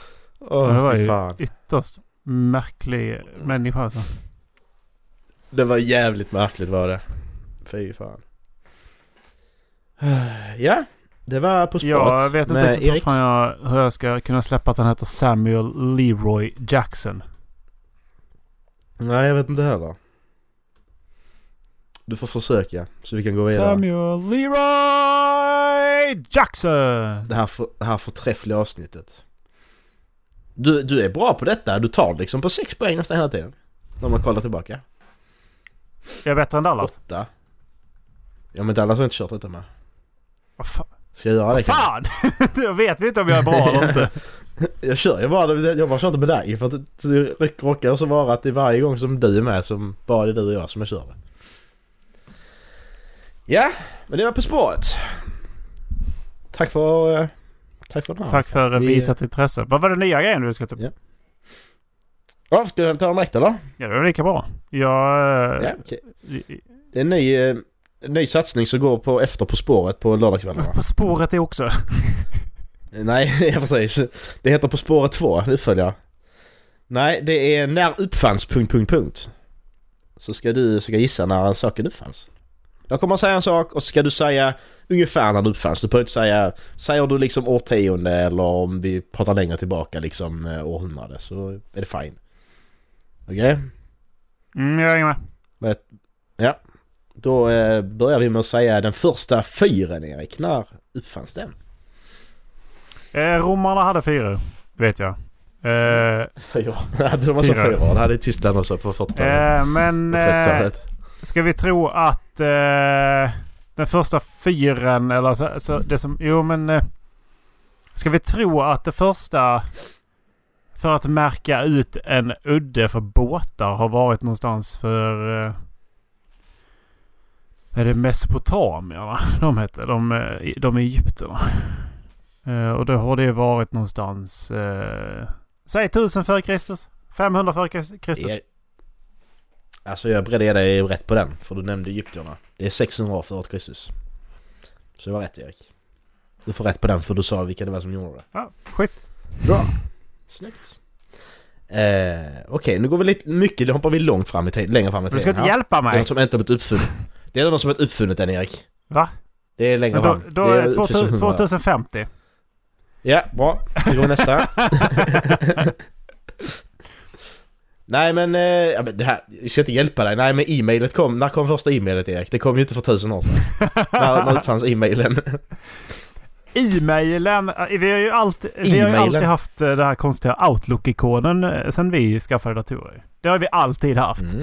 Speaker 5: Ja, det
Speaker 3: Åh
Speaker 5: var
Speaker 3: fy
Speaker 5: ju
Speaker 3: fan.
Speaker 5: ytterst märklig människa alltså.
Speaker 3: Det var jävligt märkligt var det. Fy fan. (sighs) Ja, det var På spåret.
Speaker 5: Jag vet inte
Speaker 3: med
Speaker 5: riktigt hur,
Speaker 3: Erik.
Speaker 5: fan jag, hur jag ska kunna släppa att han heter Samuel Leroy Jackson.
Speaker 3: Nej jag vet inte heller. Du får försöka, så vi kan gå vidare.
Speaker 5: Samuel Leroy Jackson!
Speaker 3: det här, för, det här förträffliga avsnittet. Du, du är bra på detta, du tar liksom på sex poäng nästan hela tiden. När man kollar tillbaka.
Speaker 5: Jag är bättre än Dallas.
Speaker 3: Åtta. Ja men Dallas har inte kört detta med.
Speaker 5: Vad fa-
Speaker 3: Ska jag göra
Speaker 5: (laughs)
Speaker 3: det (laughs)
Speaker 5: fan! jag vet inte om jag är bra eller inte.
Speaker 3: Jag kör ju bara, jag bara kör inte med dig för att det råkar så vara att det är varje gång som du är med som bara det är du och jag som jag kör det. Ja, men det var På spåret. Tack för... eh, Tack för den här.
Speaker 5: Tack för eh,
Speaker 3: vi-
Speaker 5: visat intresse. Vad var den nya grejen du skulle ta upp?
Speaker 3: Ja. Ja, ska jag ta den direkt eller?
Speaker 5: Ja, det var lika bra. Jag...
Speaker 3: Ja,
Speaker 5: eh,
Speaker 3: okej.
Speaker 5: i- i-
Speaker 3: Det är en ny, eh, en ny satsning som går på efter På spåret på lördagskvällarna.
Speaker 5: (laughs) På spåret det
Speaker 3: (laughs)
Speaker 5: också.
Speaker 3: Nej, (laughs) ja, precis. Det heter På spåret 2, nu följer jag. Nej, det är När uppfanns... Punkt, punkt, punkt. Så ska du försöka gissa när en saken uppfanns. Jag kommer att säga en sak och så ska du säga ungefär när den uppfanns. Du behöver inte säga... Säger du liksom årtionde eller om vi pratar längre tillbaka liksom eh, århundrade så är det fine. Okej?
Speaker 5: Mm, jag är med.
Speaker 3: Då eh, börjar vi med att säga den första fyren Erik. När uppfanns den?
Speaker 5: Eh, romarna hade fyra, vet jag. Eh,
Speaker 3: Fyra. (laughs) de var så
Speaker 5: Fyra.
Speaker 3: fyra. Det hade Tyskland också på 40-talet.
Speaker 5: eh, men
Speaker 3: på
Speaker 5: eh,
Speaker 3: 30-talet.
Speaker 5: ska vi tro att eh, den första fyren eller så, så det som... Jo men... Eh, ska vi tro att det första... För att märka ut en udde för båtar har varit någonstans för... Eh, är det Mesopotamierna de hette? De, eh, de egyptierna. Eh, och då har det varit någonstans... Eh, säg 1000 före Kristus. 500 före Kristus.
Speaker 3: Er- Alltså jag är beredd att ge dig rätt på den, för du nämnde Egyptierna. Det är 600 år före Kristus. Så det var rätt Erik. Du får rätt på den för du sa vilka det var som gjorde det.
Speaker 5: Ja, schysst.
Speaker 3: Bra! Snyggt. Eh, Okej, nu går vi lite mycket, då hoppar vi långt fram i tiden, längre fram i
Speaker 5: Du
Speaker 3: tiden.
Speaker 5: ska inte
Speaker 3: här.
Speaker 5: hjälpa
Speaker 3: Det är
Speaker 5: mig.
Speaker 3: något som inte har blivit uppfunnet. Det är något som har blivit uppfunnet än Erik.
Speaker 5: Va?
Speaker 3: Det är längre
Speaker 5: Men då,
Speaker 3: fram.
Speaker 5: då
Speaker 3: det
Speaker 5: är
Speaker 3: är typ
Speaker 5: det 2000,
Speaker 3: 2100.
Speaker 5: 2050.
Speaker 3: Ja, bra. Vi går nästa. (laughs) Nej men, eh, ja, men det här, jag ska inte hjälpa dig. Nej men e-mailet kom, när kom första e-mailet Erik? Det kom ju inte för tusen år sedan. (laughs) när, när uppfanns e-mailen?
Speaker 5: E-mailen. eh, Vi har ju alltid, vi har ju
Speaker 3: E-mailen.
Speaker 5: alltid haft eh, den här konstiga Outlook-ikonen eh, sen vi skaffade datorer. Det har vi alltid haft.
Speaker 3: Mm.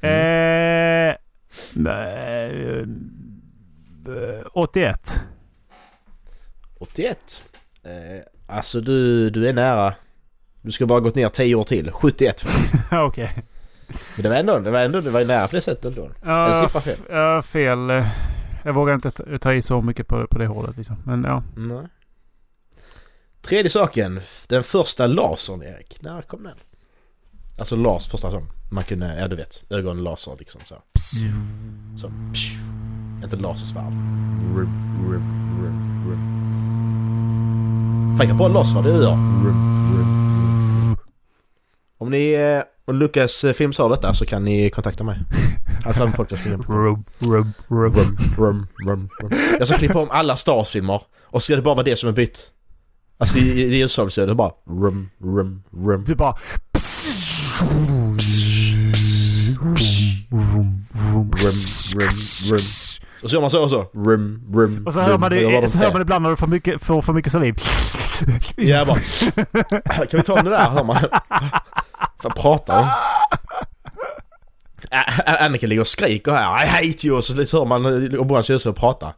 Speaker 5: Eh, nej, eh, 81.
Speaker 3: 81. Eh, alltså du, du är nära. Du ska bara ha gått ner 10 år till. 71 faktiskt.
Speaker 5: (laughs) Okej.
Speaker 3: Men det var ändå, det var ändå, det var ju nära på det sättet ändå.
Speaker 5: Ja,
Speaker 3: siffra fel.
Speaker 5: f- ja, fel. eh, Jag vågar inte ta- ta i så mycket på, på det hålet liksom. Men ja.
Speaker 3: Nej. Tredje saken, den första lasern Erik. När kom den? Alltså las första som man kunde, ja du vet, ögonlaser liksom så. Så, psh. Inte lasersvärd. Rup, rup, rup, rup. Fan, jag på en lasersvärd, det gör Om ni, eh, och Lukas eh, Film sa detta så kan ni kontakta mig. Alfred Podcast.
Speaker 5: Rub, rub, rub.
Speaker 3: Rum, rum, rum, rum. Jag ska klippa om alla Stars-filmer och så ska det bara vara det som är bytt. Alltså i- i ljudsabeln så är det bara rum, rum, rum.
Speaker 5: Du bara...
Speaker 3: Rum, rum, rum. Och så gör man så och så. Rum, rum,
Speaker 5: Och så hör
Speaker 3: rum.
Speaker 5: man
Speaker 3: Och jag bara,
Speaker 5: det, så hör
Speaker 3: de tre.
Speaker 5: man det ibland när du får, mycket, får för mycket saliv.
Speaker 3: Ja, jag bara... (laughs) Kan vi ta om det där? Hör man. Vad pratar de? Ä- Ä- Anakin ligger och skriker här I hate you! Och så så hör man Obi-Wans ljudsabel prata.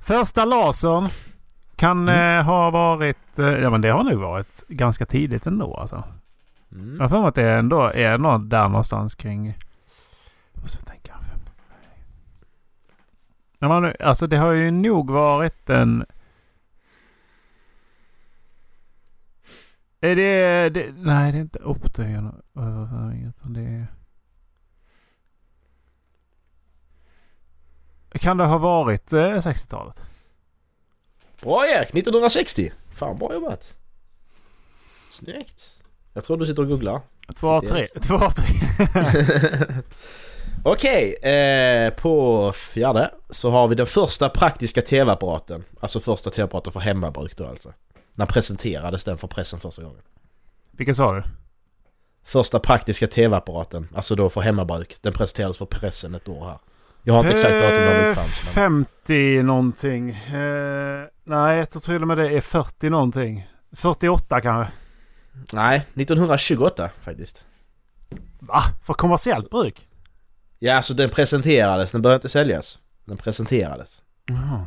Speaker 5: Första lasern kan eh, ha varit... Eh, ja men det har nog varit ganska tidigt ändå alltså. Jag har för mig att det ändå är någon där någonstans kring... Vad ska jag tänka? När man, nu- alltså det har ju nog varit en... Är det, det... Nej, det är inte Optöjarna. Utan det är... Kan det ha varit eh, 60-talet?
Speaker 3: Bra Erik! 1960! Fan bra jobbat! Snyggt! Jag tror du sitter och googlar.
Speaker 5: Två av tre. Två av tre.
Speaker 3: Okej, eh, på fjärde så har vi den första praktiska tv-apparaten. Alltså första tv-apparaten för hemmabruk då alltså. När presenterades den för pressen första gången?
Speaker 5: Vilka sa du?
Speaker 3: Första praktiska tv-apparaten, alltså då för hemmabruk. Den presenterades för pressen ett år här. Jag har inte exakt datum när den
Speaker 5: Eh,
Speaker 3: fanns men...
Speaker 5: 50 någonting. Eh, nej, jag tror till och med det är 40 någonting. 48 kanske.
Speaker 3: Nej, 1928 faktiskt.
Speaker 5: Va? För kommersiellt bruk?
Speaker 3: Ja, alltså den presenterades, den började inte säljas. Den presenterades.
Speaker 5: Jaha.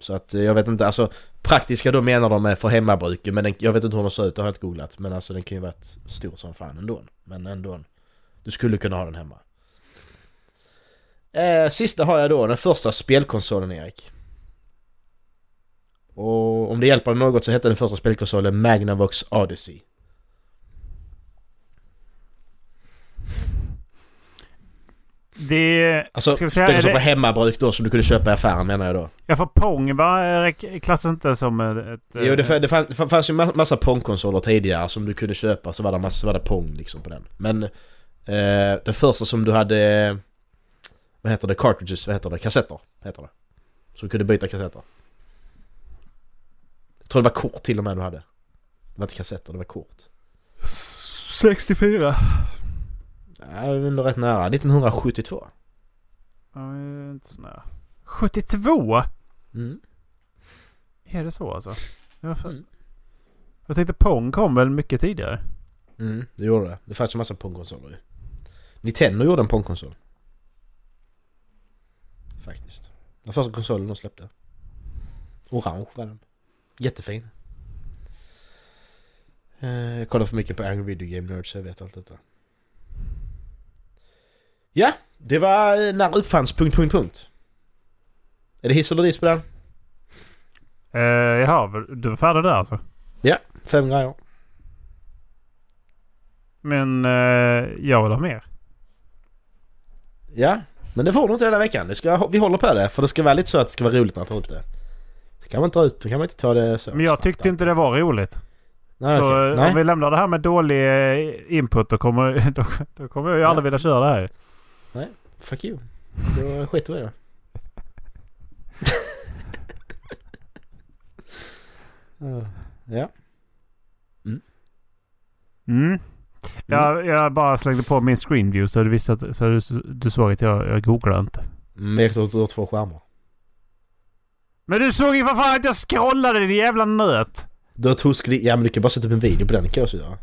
Speaker 3: Så att eh, jag vet inte, alltså praktiska då menar de är för hemmabruk men den, jag vet inte hur den ser ut, det har jag inte googlat. Men alltså den kan ju vara stor som fan ändå. Men ändå. Du skulle kunna ha den hemma. Eh, sista har jag då, den första spelkonsolen Erik. Och om det hjälper dig något så hette den första spelkonsolen Magnavox Odyssey.
Speaker 5: Det...
Speaker 3: Alltså
Speaker 5: ska vi säga...
Speaker 3: spelkonsol
Speaker 5: är
Speaker 3: för
Speaker 5: det-
Speaker 3: hemmabruk då som du kunde köpa i affären menar jag då.
Speaker 5: Ja, för Pong va? Rek- Klassas inte som ett... ett,
Speaker 3: Jo det,
Speaker 5: eh,
Speaker 3: fann- det fann- fann- fanns ju ma- massa Pong-konsoler tidigare som du kunde köpa så var det, massa, så var det Pong liksom på den. Men eh, den första som du hade... eh, Vad heter det? Cartridges? Vad heter det? Kassetter? Heter det. Så du kunde byta kassetter. Jag tror det var kort till och med du hade. Det var inte kassetter, det var kort.
Speaker 5: 64.
Speaker 3: Ja, det är ändå rätt nära. 1972.
Speaker 5: Ja, men det är inte så nära. 72?
Speaker 3: Mm.
Speaker 5: Är det så alltså? Ja, för...
Speaker 3: Mm.
Speaker 5: Jag tänkte Pong kom väl mycket tidigare?
Speaker 3: Mm, det gjorde det. Det fanns ju massa Pong-konsoler ju. Nintendo gjorde en Pong-konsol. Faktiskt. Den första konsolen de släppte. Orange var den. Jättefin. Eh, Jag kollar för mycket på Angry Video Game Nerds, jag vet allt detta. Ja, det var eh, när uppfanns... Punkt, punkt, punkt. Är det hiss eller diss på den?
Speaker 5: Uh, jaha, du var färdig där alltså?
Speaker 3: Ja, fem grejer.
Speaker 5: Men eh, jag vill ha mer.
Speaker 3: Ja, men det får du inte hela veckan. Det ska, vi håller på det, för det ska vara lite så att det ska vara roligt när jag tar upp det. Så kan man inte, dra ut, kan man inte ta det så.
Speaker 5: Men jag tyckte inte det var roligt.
Speaker 3: Nej,
Speaker 5: så
Speaker 3: okej.
Speaker 5: eh,
Speaker 3: Nej.
Speaker 5: om vi lämnar det här med dålig eh, input då kommer, (laughs) då, då kommer jag ju aldrig vilja köra det här.
Speaker 3: Fuck you. Då skiter vi i det. ja.
Speaker 5: Mm. Jag, jag bara slängde på min screen view så du visste att så du, du såg att jag, jag googlade inte.
Speaker 3: Mekt åt åt två skärmar.
Speaker 5: Men du såg ju för fan att jag scrollade din jävla nöt!
Speaker 3: Du har toskig... Ja men du kan bara sätta upp en video på den, det kan jag också göra.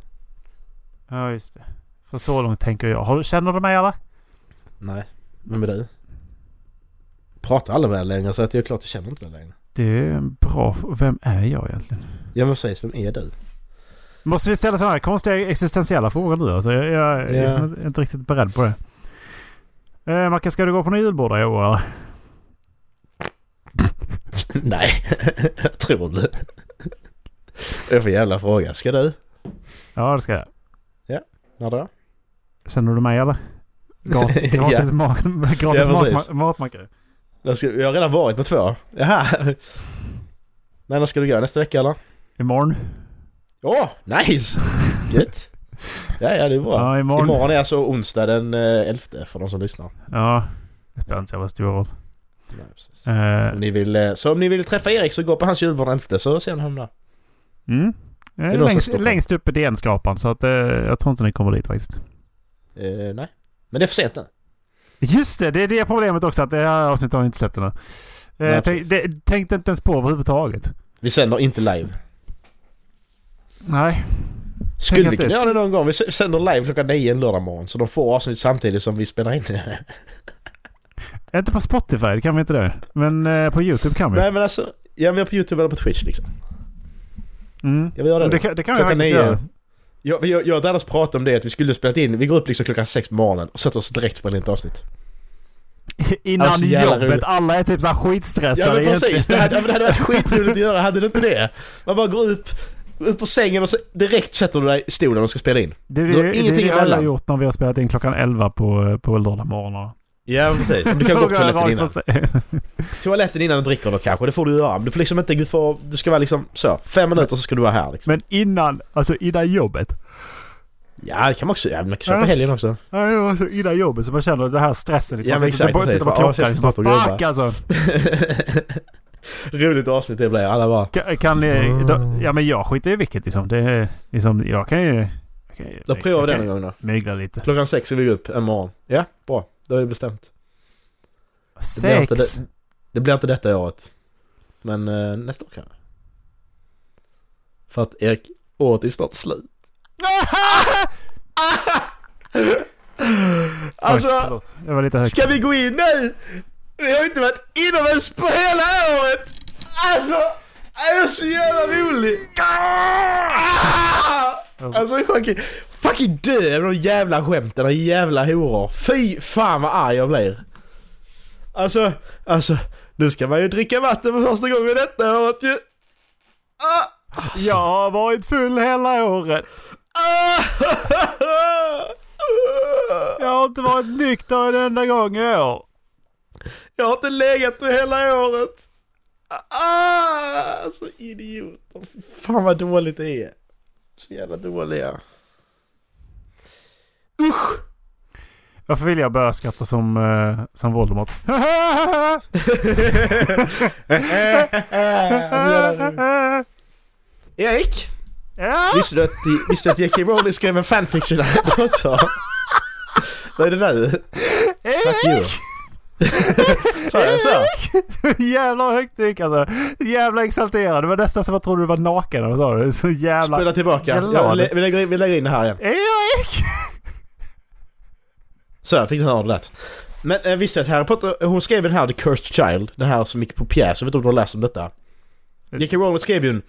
Speaker 5: Ja just det. För så långt tänker jag. Har, du- känner du mig eller?
Speaker 3: Nej. Vem är du? Pratar alla med dig längre så att jag är klart jag känner inte dig längre.
Speaker 5: Det är en bra f- Vem är jag egentligen?
Speaker 3: Ja men precis, vem är du? (laughs)
Speaker 5: Måste vi ställa sådana här konstiga existentiella frågor nu alltså? Jag, jag, är
Speaker 3: Ja.
Speaker 5: liksom inte- inte riktigt beredd på det. Eh, Mackan, ska du gå på någon julbord i år eller?
Speaker 3: Nej, (laughs) tror du? (laughs) Det är för jävla fråga. Ska du?
Speaker 5: Ja det ska jag.
Speaker 3: När då?
Speaker 5: Känner du mig eller? Gra-
Speaker 3: (laughs) Ja.
Speaker 5: Gratis mat, gratis
Speaker 3: Ja,
Speaker 5: mat,
Speaker 3: precis.
Speaker 5: ma- matmackare.
Speaker 3: Jag, ska, jag har redan varit på två. Jaha! Nej, (laughs) när ska du gå? Nästa vecka eller?
Speaker 5: Imorgon?
Speaker 3: Åh, nice! Gött! Ja, ja det är bra.
Speaker 5: Ja, imorgon.
Speaker 3: imorgon är alltså onsdag den eh, 11 för de som lyssnar.
Speaker 5: Ja. Det spelar inte så jävla stor roll.
Speaker 3: Nej, precis.
Speaker 5: Eh,
Speaker 3: Om ni vill, eh, så om ni vill träffa Erik så gå på hans julbord den 11 så ser ni honom där.
Speaker 5: mm. Eh,
Speaker 3: som
Speaker 5: längst,
Speaker 3: står på.
Speaker 5: längst upp i DN-skrapan så att, eh, jag tror inte ni kommer dit faktiskt.
Speaker 3: Eh, nej. Men det är för sent nu.
Speaker 5: Just det, det är det problemet också att det här avsnittet har vi inte släppt ännu. Eh,
Speaker 3: Nej,
Speaker 5: tänk, det, tänkte inte ens på överhuvudtaget.
Speaker 3: Vi sänder inte live.
Speaker 5: Nej.
Speaker 3: Skulle
Speaker 5: att
Speaker 3: vi kunna
Speaker 5: det-
Speaker 3: göra det någon gång? Vi s- sänder live klockan 9 en lördag morgon så de får avsnitt samtidigt som vi spelar in (laughs) det.
Speaker 5: Inte på Spotify, det kan vi inte det. Men eh, på YouTube kan vi.
Speaker 3: Nej men alltså, jag är med på YouTube eller på Twitch liksom.
Speaker 5: Mm.
Speaker 3: Jag vill göra det.
Speaker 5: Det kan, det kan vi
Speaker 3: Klockan
Speaker 5: faktiskt
Speaker 3: nio.
Speaker 5: göra.
Speaker 3: Jag, jag, jag och Dallas pratade om det att vi skulle spela in, vi går upp liksom klockan sex på morgonen och sätter oss direkt på ett avsnitt.
Speaker 5: (laughs) Alltså, Innan
Speaker 3: Alltså, jävla
Speaker 5: jobbet.
Speaker 3: roligt.
Speaker 5: Alla är typ såhär
Speaker 3: Ja
Speaker 5: skitstressade
Speaker 3: men precis, det
Speaker 5: egentligen. (laughs)
Speaker 3: hade, ja, men det hade varit skitroligt att göra, hade det inte det? Man bara går upp, upp på sängen och så direkt sätter du dig i stolen och ska spela in.
Speaker 5: Det är
Speaker 3: Du har
Speaker 5: det, det, är
Speaker 3: ingenting
Speaker 5: det jag har
Speaker 3: emellan.
Speaker 5: gjort när vi har spelat in klockan 11 på, på lördagmorgnar.
Speaker 3: Ja precis,
Speaker 5: (laughs)
Speaker 3: du kan gå på
Speaker 5: Några
Speaker 3: toaletten
Speaker 5: rakt
Speaker 3: innan.
Speaker 5: från sig.
Speaker 3: Toaletten innan du dricker något kanske, det får du göra. Men du får liksom inte, du, får, du ska vara liksom så, fem minuter så ska du vara här liksom.
Speaker 5: Men innan, alltså innan jobbet.
Speaker 3: Ja det kan man också, ja, man kan köra på helgen också.
Speaker 5: Nej, alltså innan jobbet så man känner den här stressen. Liksom.
Speaker 3: Ja,
Speaker 5: Man
Speaker 3: men
Speaker 5: sitter
Speaker 3: exakt,
Speaker 5: på- tittar på
Speaker 3: precis. Bara,
Speaker 5: klockan.
Speaker 3: "Ah, jag ska
Speaker 5: liksom,
Speaker 3: snart och
Speaker 5: Fuck alltså.
Speaker 3: Roligt avsnitt det blir, alla bara...
Speaker 5: Kan, kan ni...
Speaker 3: Mm.
Speaker 5: Då, ja men jag skiter i vilket liksom. Det är liksom, jag kan ju... Jag kan ju
Speaker 3: Då provar
Speaker 5: jag
Speaker 3: vi det
Speaker 5: kan ju
Speaker 3: någon gång då.
Speaker 5: Mygla lite.
Speaker 3: Klockan sex är vi upp en morgon. Ja, bra. Då är det bestämt. Det blir
Speaker 5: Sex!
Speaker 3: inte det- Det blir inte detta året. Men eh, nästa år kanske. För att Erik, året är snart slut.
Speaker 5: Oj,
Speaker 3: (laughs) Alltså,
Speaker 5: förlåt. Jag var lite högt.
Speaker 3: ska vi gå in nu? Vi har inte varit inomhus på hela året! Alltså! Jag är så jävla rolig! Ah! Alltså Joakim, fucking dö med de jävla skämten, de jävla horor. Fy fan vad arg jag blir. Alltså, alltså. Nu ska man ju dricka vatten för första gången detta året ju. Ah!
Speaker 5: Jag har varit full hela året.
Speaker 3: (laughs) Ah!
Speaker 5: Jag har inte varit nykter en enda gång i år.
Speaker 3: Jag har inte legat nu hela året. Ah, så idioter. Fy Fan vad dåligt det är. Så jävla dåliga. Usch!
Speaker 5: Varför vill jag börja skratta som, eh, som Voldemort? (laughs)
Speaker 3: Så jävla roligt. Erik,
Speaker 5: Ja!
Speaker 3: visste du att, visste du att J.K. Rowling skrev en fanfiction (laughs) om Harry Potter? Vad är det nu? Fuck you. Sa jag (laughs) så?
Speaker 5: (laughs) jävla högt gick alltså. Jävla exalterad. Det var nästan som jag trodde du var naken. eller vad sa du? Så jävla...
Speaker 3: Spela tillbaka. Ja, vi, lä- vi, lägger in, vi lägger in det här igen.
Speaker 5: Erik!
Speaker 3: Så jag fick den här ordentligt. Men eh, visste du att Harry Potter, hon skrev den här The Cursed Child, den här som gick på pjäs, jag vet inte om du har läst om detta? J.K. Rowling skrev ju en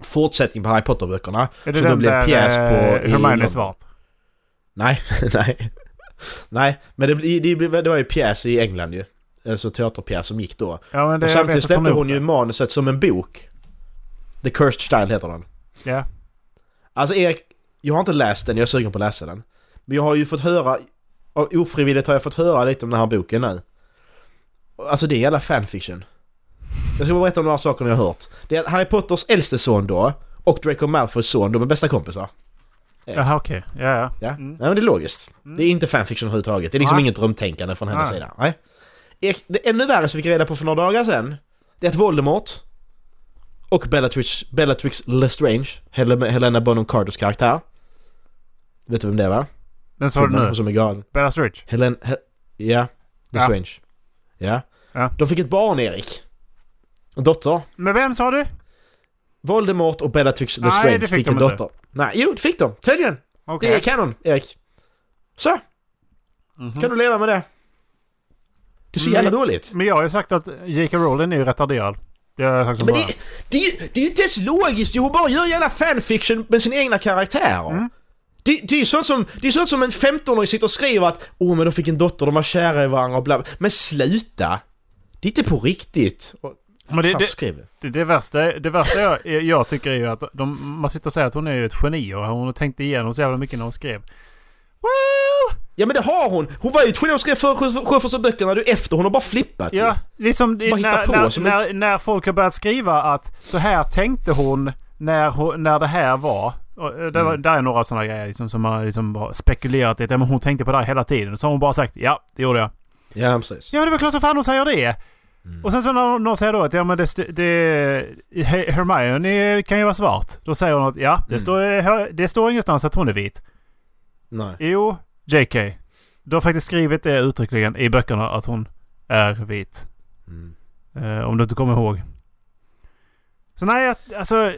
Speaker 3: fortsättning på Harry Potter-böckerna.
Speaker 5: Är det
Speaker 3: som
Speaker 5: den
Speaker 3: blev
Speaker 5: där
Speaker 3: pjäs på...
Speaker 5: eh,
Speaker 3: i
Speaker 5: Hermione
Speaker 3: London.
Speaker 5: Svart?
Speaker 3: Nej, (laughs) nej. Nej, men det, bli- det, bli- det var ju pjäs i England ju. Alltså teaterpjäs som gick då.
Speaker 5: Ja, men det, jag vet
Speaker 3: Och samtidigt
Speaker 5: att de
Speaker 3: släppte
Speaker 5: har
Speaker 3: hon ju
Speaker 5: gjort
Speaker 3: manuset som en bok. The Cursed Child heter den.
Speaker 5: det. Ja.
Speaker 3: Alltså Erik, jag har inte läst den, jag är sugen på att läsa den. Men jag har ju fått höra, och ofrivilligt har jag fått höra lite om den här boken nu. Alltså det är jävla fanfiction. Jag ska bara berätta om några saker jag har hört. Det är att Harry Potters äldste son då, och Draco Malfoys son, de är bästa kompisar.
Speaker 5: Jaha okej. Ja, ja.
Speaker 3: Ja, Nej, men det är logiskt. Det är inte fanfiction överhuvudtaget. Det är liksom
Speaker 5: Mm. Nej.
Speaker 3: inget drömtänkande från hennes
Speaker 5: Nej.
Speaker 3: sida. Nej. Erik, Det ännu värre som vi fick reda på för några dagar sedan, det är att Voldemort och Bellatrix, Bellatrix Lestrange, Hel- Helena Bonham Carters karaktär. Vet du vem det är va?
Speaker 5: Den sa du nu.
Speaker 3: Hon som är galen.
Speaker 5: Bella Stritch.
Speaker 3: Helen... He- ja, Lestrange. Ja.
Speaker 5: Ja.
Speaker 3: De fick ett barn Erik. En dotter.
Speaker 5: Men vem sa du?
Speaker 3: Voldemort och Bellatrix
Speaker 5: Nej,
Speaker 3: Lestrange
Speaker 5: det
Speaker 3: fick,
Speaker 5: fick de
Speaker 3: en
Speaker 5: inte.
Speaker 3: dotter. Nej, jo det fick de. Tydligen.
Speaker 5: Okej.
Speaker 3: Det är kanon, Erik. Så. Kan du leva med det? Det är så jävla
Speaker 5: Mm.
Speaker 3: dåligt.
Speaker 5: Men jag har ju sagt att J.K. Rowling är ju retarderad. Det har jag sagt som
Speaker 3: Men
Speaker 5: början.
Speaker 3: det, det, är ju- det är ju inte ens logiskt! Hon bara gör jävla fanfiction med sina egna karaktärer. Det, det är ju sånt som, det är sånt som en 15-åring sitter och skriver att Åh men de fick en dotter, de var kära i varandra och bla bla." Men sluta! Det är inte på riktigt. Och,
Speaker 5: Men det,
Speaker 3: fan,
Speaker 5: det,
Speaker 3: skriv det.
Speaker 5: Det, det värsta, det värsta jag, jag tycker är ju att de, man sitter och säger att hon är ju ett geni och hon har tänkt igenom så jävla mycket när hon skrev. Well!
Speaker 3: Ja men det har hon! Hon var ju ett geni, hon skrev för- för- Sjöfolksböckerna du efter, hon har bara flippat ju.
Speaker 5: Ja, liksom det-
Speaker 3: Bara hitta
Speaker 5: när,
Speaker 3: på
Speaker 5: när,
Speaker 3: som en-
Speaker 5: när, när folk har börjat skriva att så här tänkte hon när, hon, när det här var. Och, eh, Det
Speaker 3: Mm.
Speaker 5: var, Där är några sådana grejer liksom, som har liksom bara spekulerat i att ja, men hon tänkte på det här hela tiden. Så har hon bara sagt ja, det gjorde jag.
Speaker 3: ja precis.
Speaker 5: Ja men det var klart som fan hon säger det.
Speaker 3: Mm.
Speaker 5: Och sen så när någon säger då att ja men det, st- det He- Hermione kan ju vara svart. Då säger hon att ja
Speaker 3: Mm.
Speaker 5: det, står, eh, det står ingenstans att hon är vit.
Speaker 3: Nej.
Speaker 5: Jo, JK. Du har faktiskt skrivit det uttryckligen i böckerna att hon är vit.
Speaker 3: Mm.
Speaker 5: Eh, om du inte kommer ihåg. Så nej, jag- alltså...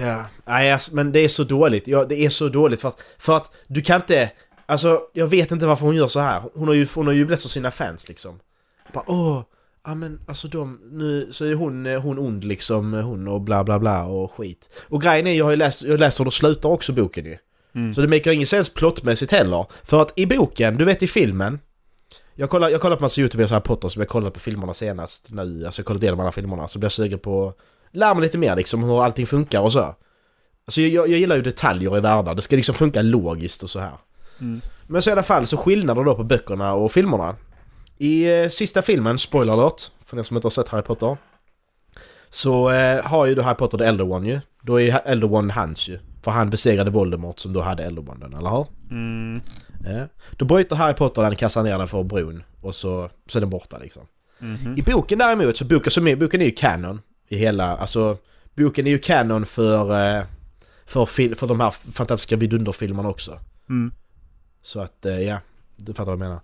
Speaker 3: Ja. Nej, alltså, men det är så dåligt. Ja, det är så dåligt för att, för att du kan inte... Alltså, jag vet inte varför hon gör så här. Hon har ju, hon har ju blivit så sina fans liksom. Bara åh, ja men alltså de, nu så är hon, eh, hon ond liksom, eh, hon och bla bla bla och skit. Och grejen är, jag har ju läst, jag har läst hur det slutar också boken ju. Så det maker ingen sens plottmässigt heller. För att i boken, du vet i filmen, jag kollar, jag kollar på massa YouTube så här Potter som jag kollat på filmerna senast nu, alltså jag kollat igenom alla filmerna så blir jag sugen på att lära mig lite mer liksom hur allting funkar och så. Alltså jag, jag, jag gillar ju detaljer i världar, det ska liksom funka logiskt och så här. Men så i alla fall så skillnader då på böckerna och filmerna. I eh, sista filmen, spoiler alert, för er som inte har sett Harry Potter. Så eh, har ju då Harry Potter the Elder One ju. Då är ju Ha- Elder One hans ju. För han besegrade Voldemort som då hade Elder One den, eller hur? Ja. Då bryter Harry Potter den, kastar ner den för bron och så, så är den borta liksom. I boken däremot, så boken, som är, boken är ju kanon i hela, alltså boken är ju kanon för, eh, för, fil, för de här fantastiska vidunderfilmerna också.
Speaker 5: Mm.
Speaker 3: Så att, eh, ja, du fattar vad jag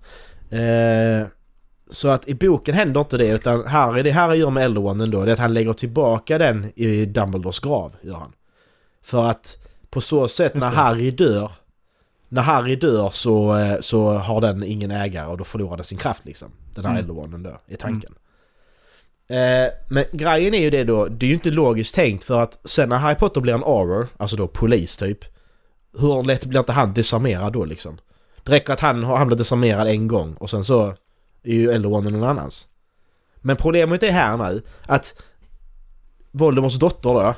Speaker 3: menar. Eh, så att i boken händer inte det utan Harry, det Harry gör med Elder One ändå, det är att han lägger tillbaka den i Dumbledores grav, gör han. För att på så sätt när Harry dör, när Harry dör så, eh, så har den ingen ägare och då förlorar den sin kraft liksom. Den här mm. Elder One då, i tanken. Eh, men grejen är ju det då, det är ju inte logiskt tänkt för att sen när Harry Potter blir en auror, alltså då polis typ. Hur lätt blir inte han desarmerad då liksom? Det räcker att han, har- han blir desarmerad en gång och sen så är ju Elderwonden någon annans. Men problemet är här nu att Voldemorts dotter då,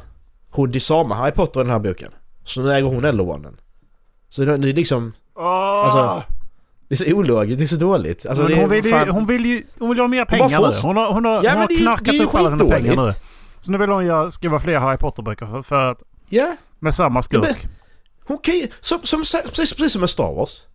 Speaker 3: hon disarmar Harry Potter i den här boken. Så nu äger hon Elderwonden. Så det det är liksom, alltså... Det är så ologiskt, det är så dåligt. Alltså,
Speaker 5: men
Speaker 3: det är
Speaker 5: hon, vill ju,
Speaker 3: fan-
Speaker 5: hon vill ju hon vill ju ha mer
Speaker 3: bara
Speaker 5: pengar
Speaker 3: får
Speaker 5: nu.
Speaker 3: s-
Speaker 5: Hon har, hon har,
Speaker 3: Ja,
Speaker 5: hon
Speaker 3: men
Speaker 5: har
Speaker 3: det är ju- det
Speaker 5: knarkat
Speaker 3: är ju
Speaker 5: upp alla sina pengar nu.
Speaker 3: skitdåligt.
Speaker 5: Så nu vill hon göra, skriva fler Harry Potter-böcker för, för att,
Speaker 3: Ja,
Speaker 5: med samma skurk.
Speaker 3: Ja, Hon kan ju, som, som, precis, precis som med Star Wars.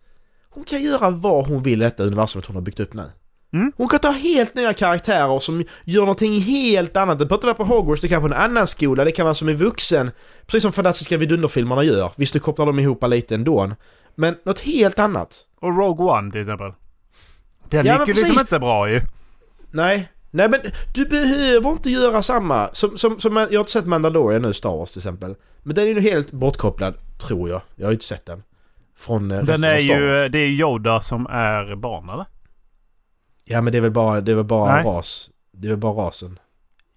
Speaker 3: Hon kan göra vad hon vill i detta universumet hon har byggt upp nu.
Speaker 5: Mm.
Speaker 3: Hon kan ta helt nya karaktärer som gör någonting helt annat. Det behöver inte vara på Hogwarts, det kan vara på en annan skola, det kan vara som en vuxen. Precis som Fantastiska vidunderfilmerna gör. Visst, du kopplar dem ihop lite ändå. Men något helt annat.
Speaker 5: Och Rogue One till exempel. Den
Speaker 3: Ja, men
Speaker 5: gick ju liksom
Speaker 3: precis.
Speaker 5: inte bra ju.
Speaker 3: Nej. Nej men du behöver inte göra samma. Som, som, som jag har inte sett Mandalorian nu, Star Wars till exempel. Men den är ju helt bortkopplad, tror jag. Jag har ju inte sett den. Från eh,
Speaker 5: Den
Speaker 3: resten av
Speaker 5: är
Speaker 3: Star Wars.
Speaker 5: ju, det är ju Yoda som är barn eller?
Speaker 3: Ja men det är väl bara, det är väl bara
Speaker 5: Nej.
Speaker 3: ras. Det är väl bara rasen.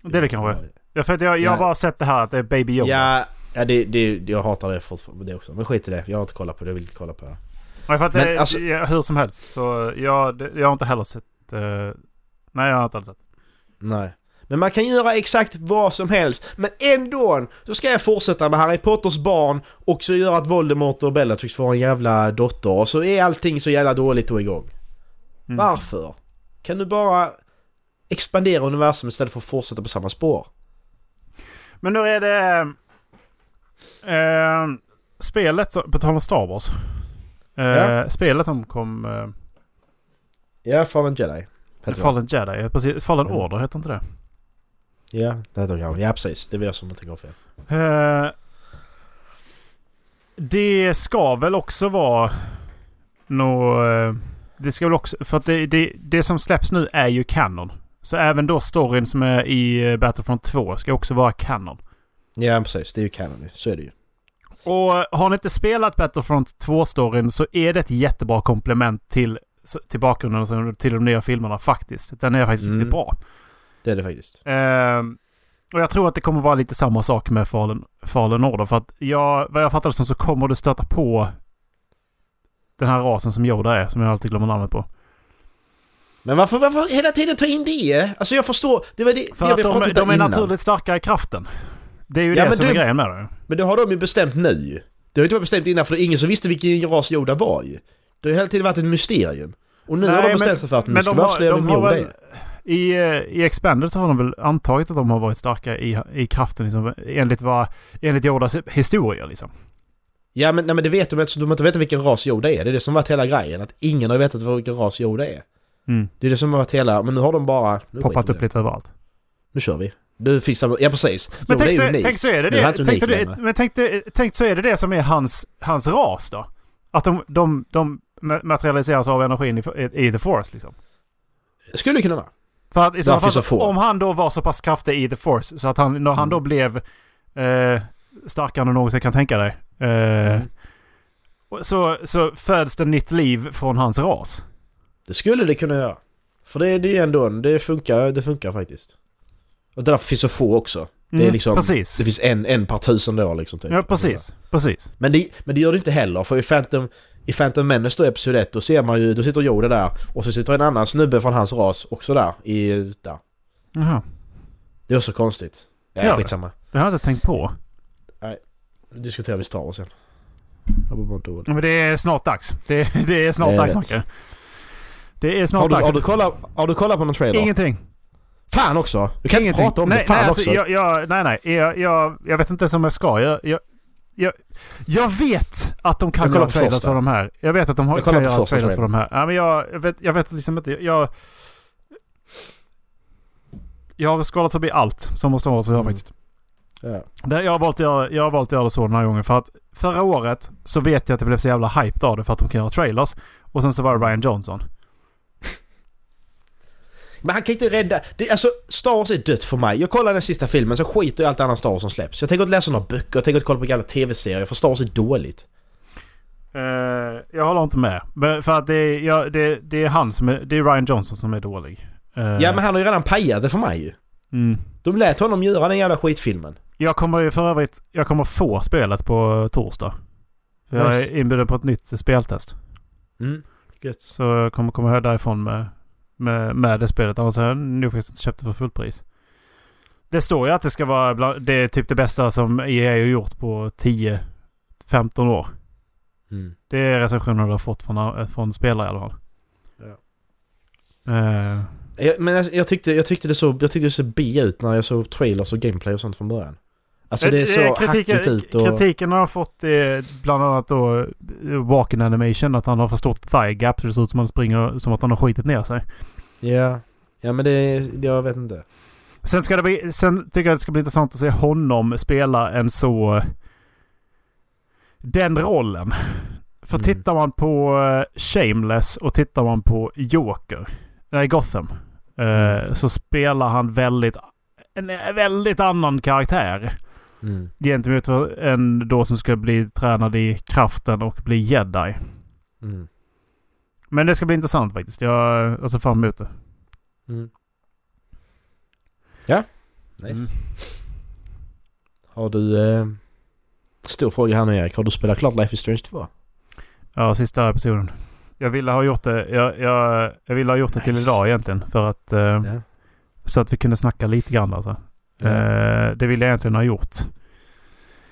Speaker 5: Det är det kanske. Ja, för att jag, jag har
Speaker 3: Ja.
Speaker 5: bara sett det här att det är Baby Yoda.
Speaker 3: Ja, ja det, det, jag hatar det fortfarande det också. Men skit i det. Jag har inte kollat på det. Jag vill inte kolla på det.
Speaker 5: Men för att
Speaker 3: Men
Speaker 5: det,
Speaker 3: alltså-
Speaker 5: ja, hur som helst så jag, det, jag har inte heller sett... eh, nej, jag har inte alls sett.
Speaker 3: Nej. Men man kan göra exakt vad som helst. Men ändå så ska jag fortsätta med Harry Potters barn och så göra att Voldemort och Bellatrix får en jävla dotter. Och så är allting så jävla dåligt då igång.
Speaker 5: Mm.
Speaker 3: Varför? Kan du bara expandera universum istället för att fortsätta på samma spår?
Speaker 5: Men nu är det... Eh, spelet, som- på tal om Star Wars. Eh,
Speaker 3: Ja.
Speaker 5: Spelet som kom... Eh,
Speaker 3: Ja, Fallen Jedi. heter det.
Speaker 5: Fallen Jedi, eh, precis. Fallen
Speaker 3: Mm.
Speaker 5: Order heter inte det?
Speaker 3: Ja, det heter det. Ja, precis. Det var jag som inte gav fel.
Speaker 5: Eh, det ska väl också vara... Nå, eh, det ska väl också... För att det, det, det som släpps nu är ju canon. Så även då storyn som är i eh, Battlefront 2 ska också vara canon.
Speaker 3: Ja precis, det är ju canon ju. Så är det ju.
Speaker 5: Och har ni inte spelat Battlefront 2-storyn så är det ett jättebra komplement till, till bakgrunden och så- till de nya filmerna faktiskt. Den är faktiskt
Speaker 3: Mm.
Speaker 5: riktigt bra.
Speaker 3: Det är det faktiskt.
Speaker 5: Ehm, och jag tror att det kommer vara lite samma sak med Fallen, Fallen Order. För att jag, vad jag fattar det som så kommer du stöta på den här rasen som Yoda är, som jag alltid glömmer namnet på.
Speaker 3: Men varför, varför hela tiden ta in det? Alltså jag förstår, det var det
Speaker 5: För
Speaker 3: jag
Speaker 5: att
Speaker 3: vi
Speaker 5: de,
Speaker 3: pratade om
Speaker 5: de är
Speaker 3: innan.
Speaker 5: naturligt starka i kraften. Det är ju
Speaker 3: Ja,
Speaker 5: det
Speaker 3: men
Speaker 5: som
Speaker 3: du-
Speaker 5: är grejen med det.
Speaker 3: Men det har de ju bestämt nu ju. Det har ju inte varit bestämt innan för det är ingen som visste vilken ras Yoda var ju. Det har hela tiden varit ett mysterium. Och nu har
Speaker 5: Nej,
Speaker 3: de bestämt sig för att nu ska vi avslöja vem Yoda är.
Speaker 5: I, eh, I Expanded så har de väl antagit att de har varit starka i, i kraften liksom, enligt, vad, enligt Yodas historia liksom.
Speaker 3: Ja men, nej, men det vet de inte, så de har inte vetat vilken ras Yoda är. Det är det som har varit hela grejen, att ingen har vetat vilken ras Yoda är.
Speaker 5: Mm.
Speaker 3: Det är det som har varit hela, men nu har de bara... Nu
Speaker 5: Poppat
Speaker 3: skiter vi i
Speaker 5: upp
Speaker 3: det.
Speaker 5: lite överallt.
Speaker 3: Nu kör vi. Du fixar... Ja precis.
Speaker 5: Men
Speaker 3: Yoda
Speaker 5: tänk
Speaker 3: är
Speaker 5: så,
Speaker 3: unik.
Speaker 5: tänk så är det
Speaker 3: Nu är han inte
Speaker 5: det. Tänk,
Speaker 3: unik
Speaker 5: det
Speaker 3: längre.
Speaker 5: men tänk, det, tänk så är det det som är hans, hans ras då. Att de, de, de ma- materialiseras av energin i, i The Force liksom.
Speaker 3: Skulle kunna vara.
Speaker 5: För att i så
Speaker 3: Därför
Speaker 5: fall,
Speaker 3: så får-
Speaker 5: om han då var så pass kraftig i The Force så att han, när han
Speaker 3: Mm.
Speaker 5: då blev eh, starkare än någonsin kan tänka dig. Eh,
Speaker 3: Mm.
Speaker 5: och så, så föds det nytt liv från hans ras.
Speaker 3: Det skulle det kunna göra. För det, det är ändå, en- det funkar, det funkar faktiskt. Och därför finns så få också. Det, är
Speaker 5: Mm,
Speaker 3: liksom,
Speaker 5: precis.
Speaker 3: det finns en, en per tusen då liksom. Typ.
Speaker 5: Ja, precis. Precis.
Speaker 3: Men det, men det gör det inte heller, för i Phantom, i Phantom Menace då, Episod 1, då ser man ju, då sitter Yoda där och så sitter en annan snubbe från hans ras också där. I, där.
Speaker 5: Jaha.
Speaker 3: Det är också konstigt. Ja,
Speaker 5: Ja.
Speaker 3: skitsamma.
Speaker 5: Det har jag inte tänkt på.
Speaker 3: Nu diskuterar vi Star Wars sen. Jag var bara inte orolig.
Speaker 5: Men det är snart dags. Det, det är snart
Speaker 3: Jag
Speaker 5: dags,
Speaker 3: vet.
Speaker 5: Macke. Det är snart
Speaker 3: Har du,
Speaker 5: dags.
Speaker 3: har, du kollat, har du kollat på någon trailer?
Speaker 5: Ingenting.
Speaker 3: Fan också! Du kan
Speaker 5: Ingenting.
Speaker 3: inte prata om
Speaker 5: nej,
Speaker 3: det. Fan
Speaker 5: nej,
Speaker 3: också!
Speaker 5: Alltså, jag, jag, nej, nej. Jag, jag, jag vet inte ens om jag ska. Jag, jag, jag, jag vet att de kan
Speaker 3: Jag kollar
Speaker 5: göra
Speaker 3: på
Speaker 5: trailers
Speaker 3: första.
Speaker 5: för de här. Jag vet att de har,
Speaker 3: Jag kollar
Speaker 5: kan
Speaker 3: på
Speaker 5: göra
Speaker 3: första
Speaker 5: trailers för
Speaker 3: trailern.
Speaker 5: de här. Nej, men jag, jag, vet, jag vet liksom inte. Jag, jag har skalat förbi allt som måste vara så
Speaker 3: Mm.
Speaker 5: faktiskt.
Speaker 3: Ja.
Speaker 5: Det- Jag har, valt att göra, jag har valt att göra det så den här gången för att förra året så vet jag att det blev så jävla hype av det för att de kan göra trailers. Och sen så var det Ryan Johnson.
Speaker 3: Men han kan inte rädda... Det, alltså, Star Wars är dött för mig. Jag kollar den sista filmen, så skiter jag i allt annat Star Wars som släpps. Jag tänker inte läsa några böcker, jag tänker inte kolla på gamla TV-serier, för Star Wars är dåligt.
Speaker 5: Eh, jag håller inte med. Men för att det är, ja, det, det är han som är, det är Ryan Johnson som är dålig. Eh,
Speaker 3: Ja, men han har ju redan pajat det för mig ju.
Speaker 5: Mm.
Speaker 3: De lät honom göra den jävla skitfilmen.
Speaker 5: Jag kommer ju för övrigt... Jag kommer få spelet på torsdag. För jag
Speaker 3: Nice.
Speaker 5: är inbjuden på ett nytt speltest.
Speaker 3: Mm. Gött.
Speaker 5: Så jag kommer komma här därifrån med, med, med det spelet. Annars hade jag nog faktiskt inte köpt det för fullpris. Det står ju att det ska vara bland, det är typ det bästa som EA har gjort på 10-15 år.
Speaker 3: Mm.
Speaker 5: Det är recensioner du har fått från, eh, från spelare i alla fall.
Speaker 3: Ja.
Speaker 5: Eh,
Speaker 3: Jag, men jag, jag, tyckte, jag, tyckte det så, jag tyckte det såg B ut när jag såg trailers och gameplay och sånt från början. Alltså det är så
Speaker 5: eh, kritiken-
Speaker 3: hackigt ut och...
Speaker 5: Kritiken har fått eh, bland annat då eh, walking animation. Att han har för stort thigh gap. Så det ser ut som att han springer som att han har skitit ner sig.
Speaker 3: Ja. ja, men det... Jag vet inte.
Speaker 5: Sen, ska det bli, sen tycker jag det ska bli intressant att se honom spela en så... Den rollen. För
Speaker 3: Mm.
Speaker 5: tittar man på eh, Shameless och tittar man på Joker, nej Gotham, eh,
Speaker 3: Mm.
Speaker 5: så spelar han väldigt, en väldigt annan karaktär.
Speaker 3: Mm.
Speaker 5: Gentemot en då som ska bli tränad i kraften och bli jedi.
Speaker 3: Mm.
Speaker 5: Men det ska bli intressant faktiskt. Jag, jag ser fram emot det.
Speaker 3: Mm. Ja, nice.
Speaker 5: Mm.
Speaker 3: Har du... Eh, stor fråga här nu Erik. Har du spelat klart Life is Strange 2?
Speaker 5: Ja, sista episoden. Jag ville ha gjort det, jag, jag, jag ville ha gjort det till
Speaker 3: Nice.
Speaker 5: idag egentligen. För att, eh,
Speaker 3: Ja.
Speaker 5: Så att vi kunde snacka lite grann alltså. Eh, det ville jag egentligen ha gjort.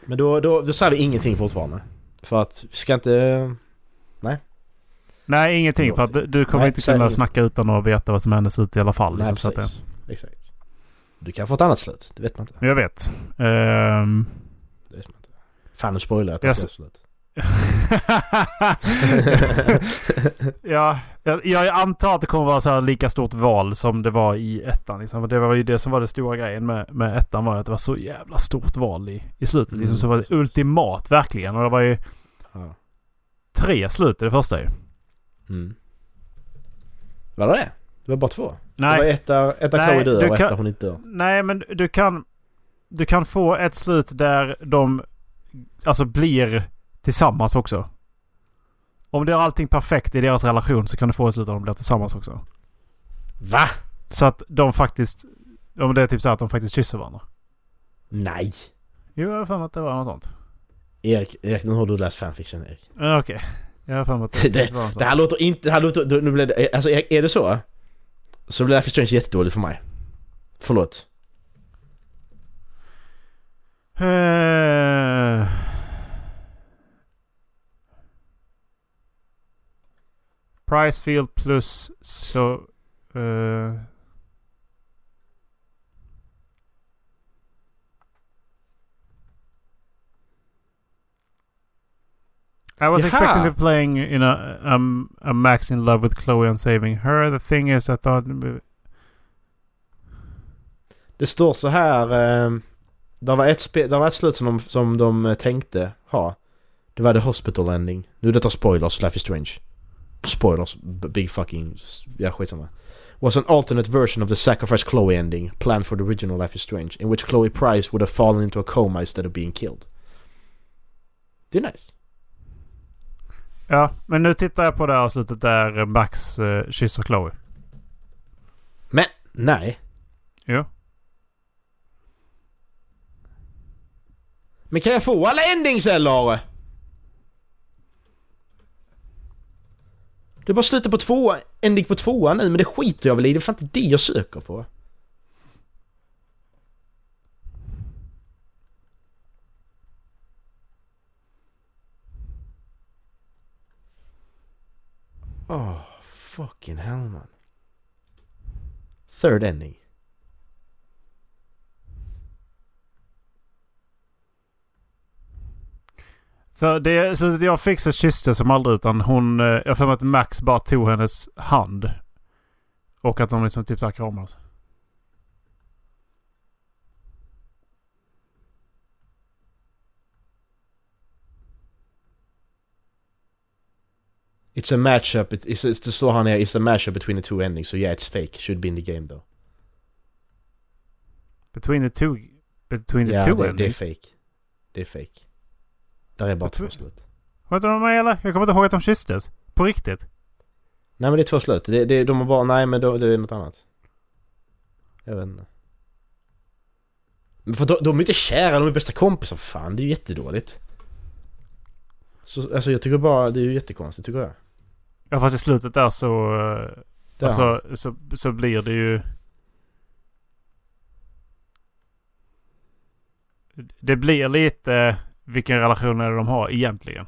Speaker 3: Men då, då, då säger vi ingenting fortfarande. För att vi ska inte...
Speaker 5: Nej, ingenting. För att du- du kommer
Speaker 3: Nej,
Speaker 5: inte
Speaker 3: säg
Speaker 5: kunna
Speaker 3: ingenting.
Speaker 5: snacka utan att veta vad som hände slut i alla fall.
Speaker 3: Nej,
Speaker 5: Liksom, så att, det-
Speaker 3: precis. Exakt. Du kan få ett annat slut. Det vet man inte.
Speaker 5: men jag vet. Ehm,
Speaker 3: Det vet man inte. Fan, nu spoilar jag att
Speaker 5: Jag
Speaker 3: det
Speaker 5: s-
Speaker 3: ska slut.
Speaker 5: (laughs) ja, jag, jag antar att det kommer vara så här lika stort val som det var i ettan. Liksom. Och Det var ju det som var den stora grejen med, med ettan var att det var så jävla stort val i, i slutet.
Speaker 3: Mm,
Speaker 5: Liksom, så det var det
Speaker 3: precis.
Speaker 5: ultimat verkligen. Och det var ju
Speaker 3: Ja.
Speaker 5: tre slut i det första ju.
Speaker 3: Mm. Var det det? Det var bara två? Det var
Speaker 5: Nej,
Speaker 3: ett där, ett där
Speaker 5: Nej,
Speaker 3: Chloe dör
Speaker 5: du
Speaker 3: och ett
Speaker 5: kan-
Speaker 3: där hon inte dör.
Speaker 5: nej men du kan, du kan få ett slut där de alltså blir tillsammans också. Om du gör allting perfekt i deras relation så kan du få ett slut där de blir tillsammans också.
Speaker 3: Va?
Speaker 5: Så att de faktiskt... Om det är typ så här att de faktiskt kysser varandra.
Speaker 3: Nej!
Speaker 5: Jo, jag har för mig att det var något sånt.
Speaker 3: Erik, Erik, nu har du läst fanfiction Erik. (laughs)
Speaker 5: Ja, Okej. Jag har för mig att det,
Speaker 3: Det-
Speaker 5: faktiskt var något
Speaker 3: Det
Speaker 5: sånt.
Speaker 3: här låter inte, det här låter, då- nu blev det, alltså är, är det så? Så blir Life is Strange jättedåligt för mig. Förlåt.
Speaker 5: Eh, Pricefield plus så... eh, I was
Speaker 3: Jaha.
Speaker 5: expecting to playing in a, um, a Max in love with Chloe and saving her. The thing is I thought...
Speaker 3: Det står så här, eh, där var ett, spe, där var ett slut som de, som de eh, tänkte ha. Det var The Hospital Ending. Nu är detta spoilers, Life is Strange. Spoilers, b- big fucking, s- ja skitsamma. Was an alternate version of the sacrifice Chloe ending planned for the original Life is Strange in which Chloe Price would have fallen into a coma instead of being killed. Det är nice.
Speaker 5: Ja, men nu tittar jag på det här avslutet där Max uh, kysser Chloe.
Speaker 3: Men, nej.
Speaker 5: Jo.
Speaker 3: Men kan jag få alla endings eller? Det bara slutar på två ending på tvåan nu men det skiter jag väl i. Det är fan inte det jag söker på. Åh, Ah, fucking hell man. Third ending.
Speaker 5: För det slutet jag fick så kysstes som aldrig utan hon... eh, jag har för mig att Max bara tog hennes hand. Och att de liksom typ såhär kramades.
Speaker 3: It's a matchup, it- it's, it's, det står här nere, it's a matchup between the two endings, so yeah it's fake, should be in the game though.
Speaker 5: Between the two... Between the
Speaker 3: ja,
Speaker 5: two
Speaker 3: det, det är
Speaker 5: endings?
Speaker 3: fake. Det är fake. Där är bara
Speaker 5: Jag tror-
Speaker 3: två slut.
Speaker 5: Vet du vad de är eller? Jag kommer inte ihåg att de kysstes. På riktigt.
Speaker 3: Nej men det är två slut, det, det, de har bara, nej men då, det är något annat. Jag vet inte. Men För de, de är inte kära, de är bästa kompisar för fan. Det är ju jättedåligt. Så, alltså jag tycker bara, det är ju jättekonstigt tycker jag.
Speaker 5: Ja fast i slutet där så... eh,
Speaker 3: Det är han.
Speaker 5: Alltså, så, så blir det ju... Det blir lite vilken relation är det de har egentligen.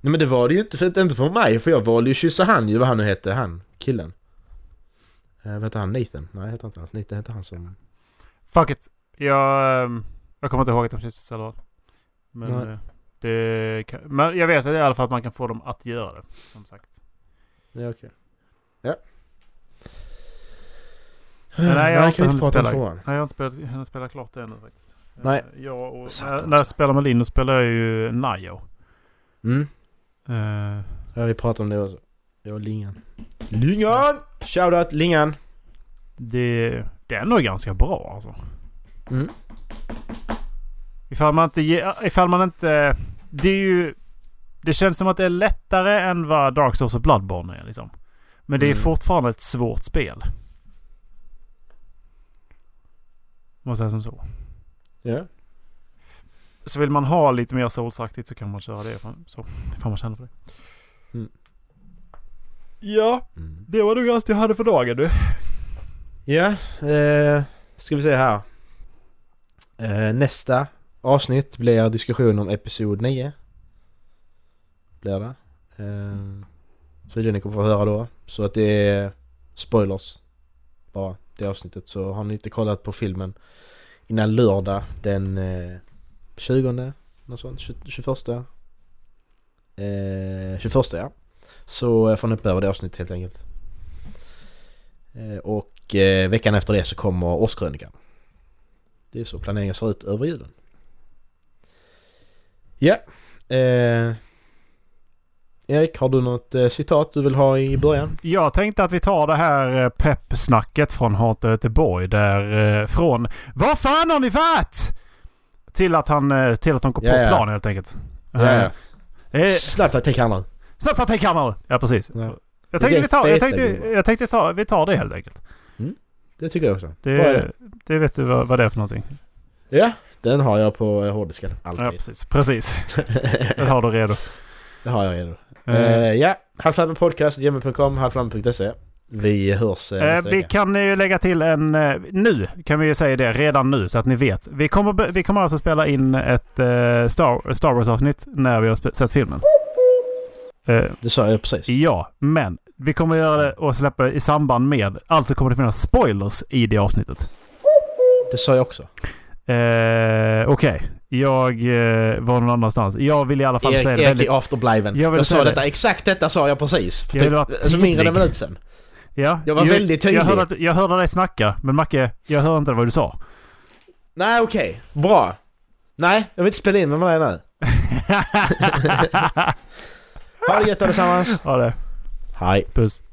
Speaker 3: Nej men det var det ju inte för, inte för mig, för jag valde ju kyssa han ju, vad han nu hette, han killen. Eh, vad hette han? Nathan? Nej, hette inte han. Nathan hette han som...
Speaker 5: Fuck it! Jag, ehm, jag kommer inte ihåg att de kysstes eller vad. Men,
Speaker 3: Nej.
Speaker 5: eh, det, kan- men jag vet att det är i alla fall att man kan få dem att göra det. Som
Speaker 3: (gasps)
Speaker 5: sagt.
Speaker 3: Ja, okej. Ja.
Speaker 5: nej, jag har
Speaker 3: jag
Speaker 5: inte
Speaker 3: kan inte
Speaker 5: hunnit
Speaker 3: prata om
Speaker 5: spela.
Speaker 3: tvåan.
Speaker 5: Nej, jag har inte spelat, jag har inte spelat klart det ännu faktiskt.
Speaker 3: Nej.
Speaker 5: Eh, Jag och, när,
Speaker 3: Satan
Speaker 5: när jag
Speaker 3: också.
Speaker 5: spelar med Linus spelar jag ju Nio.
Speaker 3: Mm.
Speaker 5: Eh,
Speaker 3: Ja, vi pratade om det också. Jag och Lingan. Lingan! Shoutout Lingan!
Speaker 5: Det, det är nog ganska bra alltså.
Speaker 3: Mm.
Speaker 5: Ifall man inte... ge- Ifall man inte... Det är ju... Det känns som att det är lättare än vad Dark Souls och Bloodborne är liksom. Men det är
Speaker 3: Mm.
Speaker 5: fortfarande ett svårt spel. Om man säger som så.
Speaker 3: Ja.
Speaker 5: Så vill man ha lite mer Souls-aktigt så kan man köra det. ifall- Så, ifall man känner för det.
Speaker 3: Mm.
Speaker 5: Ja,
Speaker 3: Mm.
Speaker 5: det var nog allt jag hade för dagen du.
Speaker 3: Ja, eh, ska vi se här. Eh, nästa avsnitt blir diskussion om episod 9. Blir det. Eh, så det är det ni kommer få höra då. Så att det är spoilers. Bara det avsnittet. Så har ni inte kollat på filmen innan lördag den eh, 20, något sånt, 20 21. Eh, 21 ja. Så eh, får ni hoppa över det avsnittet helt enkelt. Eh, Och eh, veckan efter det så kommer årskrönikan. Det är så planeringen ser ut över julen. Ja. Eh, Erik, har du något eh, citat du vill ha i början?
Speaker 5: Jag tänkte att vi tar det här eh, peppsnacket från Hata Göteborg där eh, från Vad fan har ni varit? Till att han, eh, till att de går på
Speaker 3: Ja, ja.
Speaker 5: planen helt enkelt.
Speaker 3: Ja.
Speaker 5: Eh, eh,
Speaker 3: Snabbt att tänka andra.
Speaker 5: snabbt att tänka nu! Ja precis.
Speaker 3: Ja.
Speaker 5: Jag tänkte, vi tar, jag tänkte,
Speaker 3: Feta gubbar.
Speaker 5: jag tänkte ta, vi tar det helt enkelt.
Speaker 3: Det tycker jag också. Bra idé.
Speaker 5: Det, det vet du vad, vad det är för någonting.
Speaker 3: Ja, den har jag på eh, hårddisken.
Speaker 5: Ja
Speaker 3: Alltid.
Speaker 5: precis.
Speaker 3: (laughs)
Speaker 5: Precis. Det har du redo.
Speaker 3: det har jag redo.
Speaker 5: Eh,
Speaker 3: Eh, ja, halvflabben podcast, gmail.com, halvflabben.se. Vi hörs eh,
Speaker 5: Eh,
Speaker 3: nästa
Speaker 5: vi
Speaker 3: vecka.
Speaker 5: kan ju lägga till en... Eh, nu kan vi ju säga det redan nu så att ni vet. Vi kommer, be- vi kommer alltså spela in ett eh, Star, Star Wars-avsnitt när vi har spe- sett filmen. Eh,
Speaker 3: Det sa jag precis.
Speaker 5: ja, men vi kommer göra det och släppa det i samband med. Alltså kommer det finnas spoilers i det avsnittet.
Speaker 3: Det sa jag också.
Speaker 5: Eh, Okej, jag eh, var någon annanstans. Jag vill i alla fall
Speaker 3: Erik,
Speaker 5: säga det
Speaker 3: Erik
Speaker 5: väldigt...
Speaker 3: i afterbliven.
Speaker 5: Jag
Speaker 3: Jag,
Speaker 5: vill säga
Speaker 3: sa
Speaker 5: det.
Speaker 3: detta, exakt detta sa jag precis. För
Speaker 5: Jag vill vara
Speaker 3: typ, alltså mindre än en
Speaker 5: tydlig.
Speaker 3: minut sen.
Speaker 5: Ja,
Speaker 3: jag var
Speaker 5: ju-
Speaker 3: väldigt
Speaker 5: Jag
Speaker 3: tydlig.
Speaker 5: hörde, att, jag hörde dig snacka, men Macke, jag hörde inte vad du sa.
Speaker 3: Nej okej, bra. Nej, jag vill inte spela in med
Speaker 5: (laughs)
Speaker 3: mig nu. ha det gött allesammans.
Speaker 5: (laughs) Ja, det.
Speaker 3: Hej.
Speaker 5: Puss.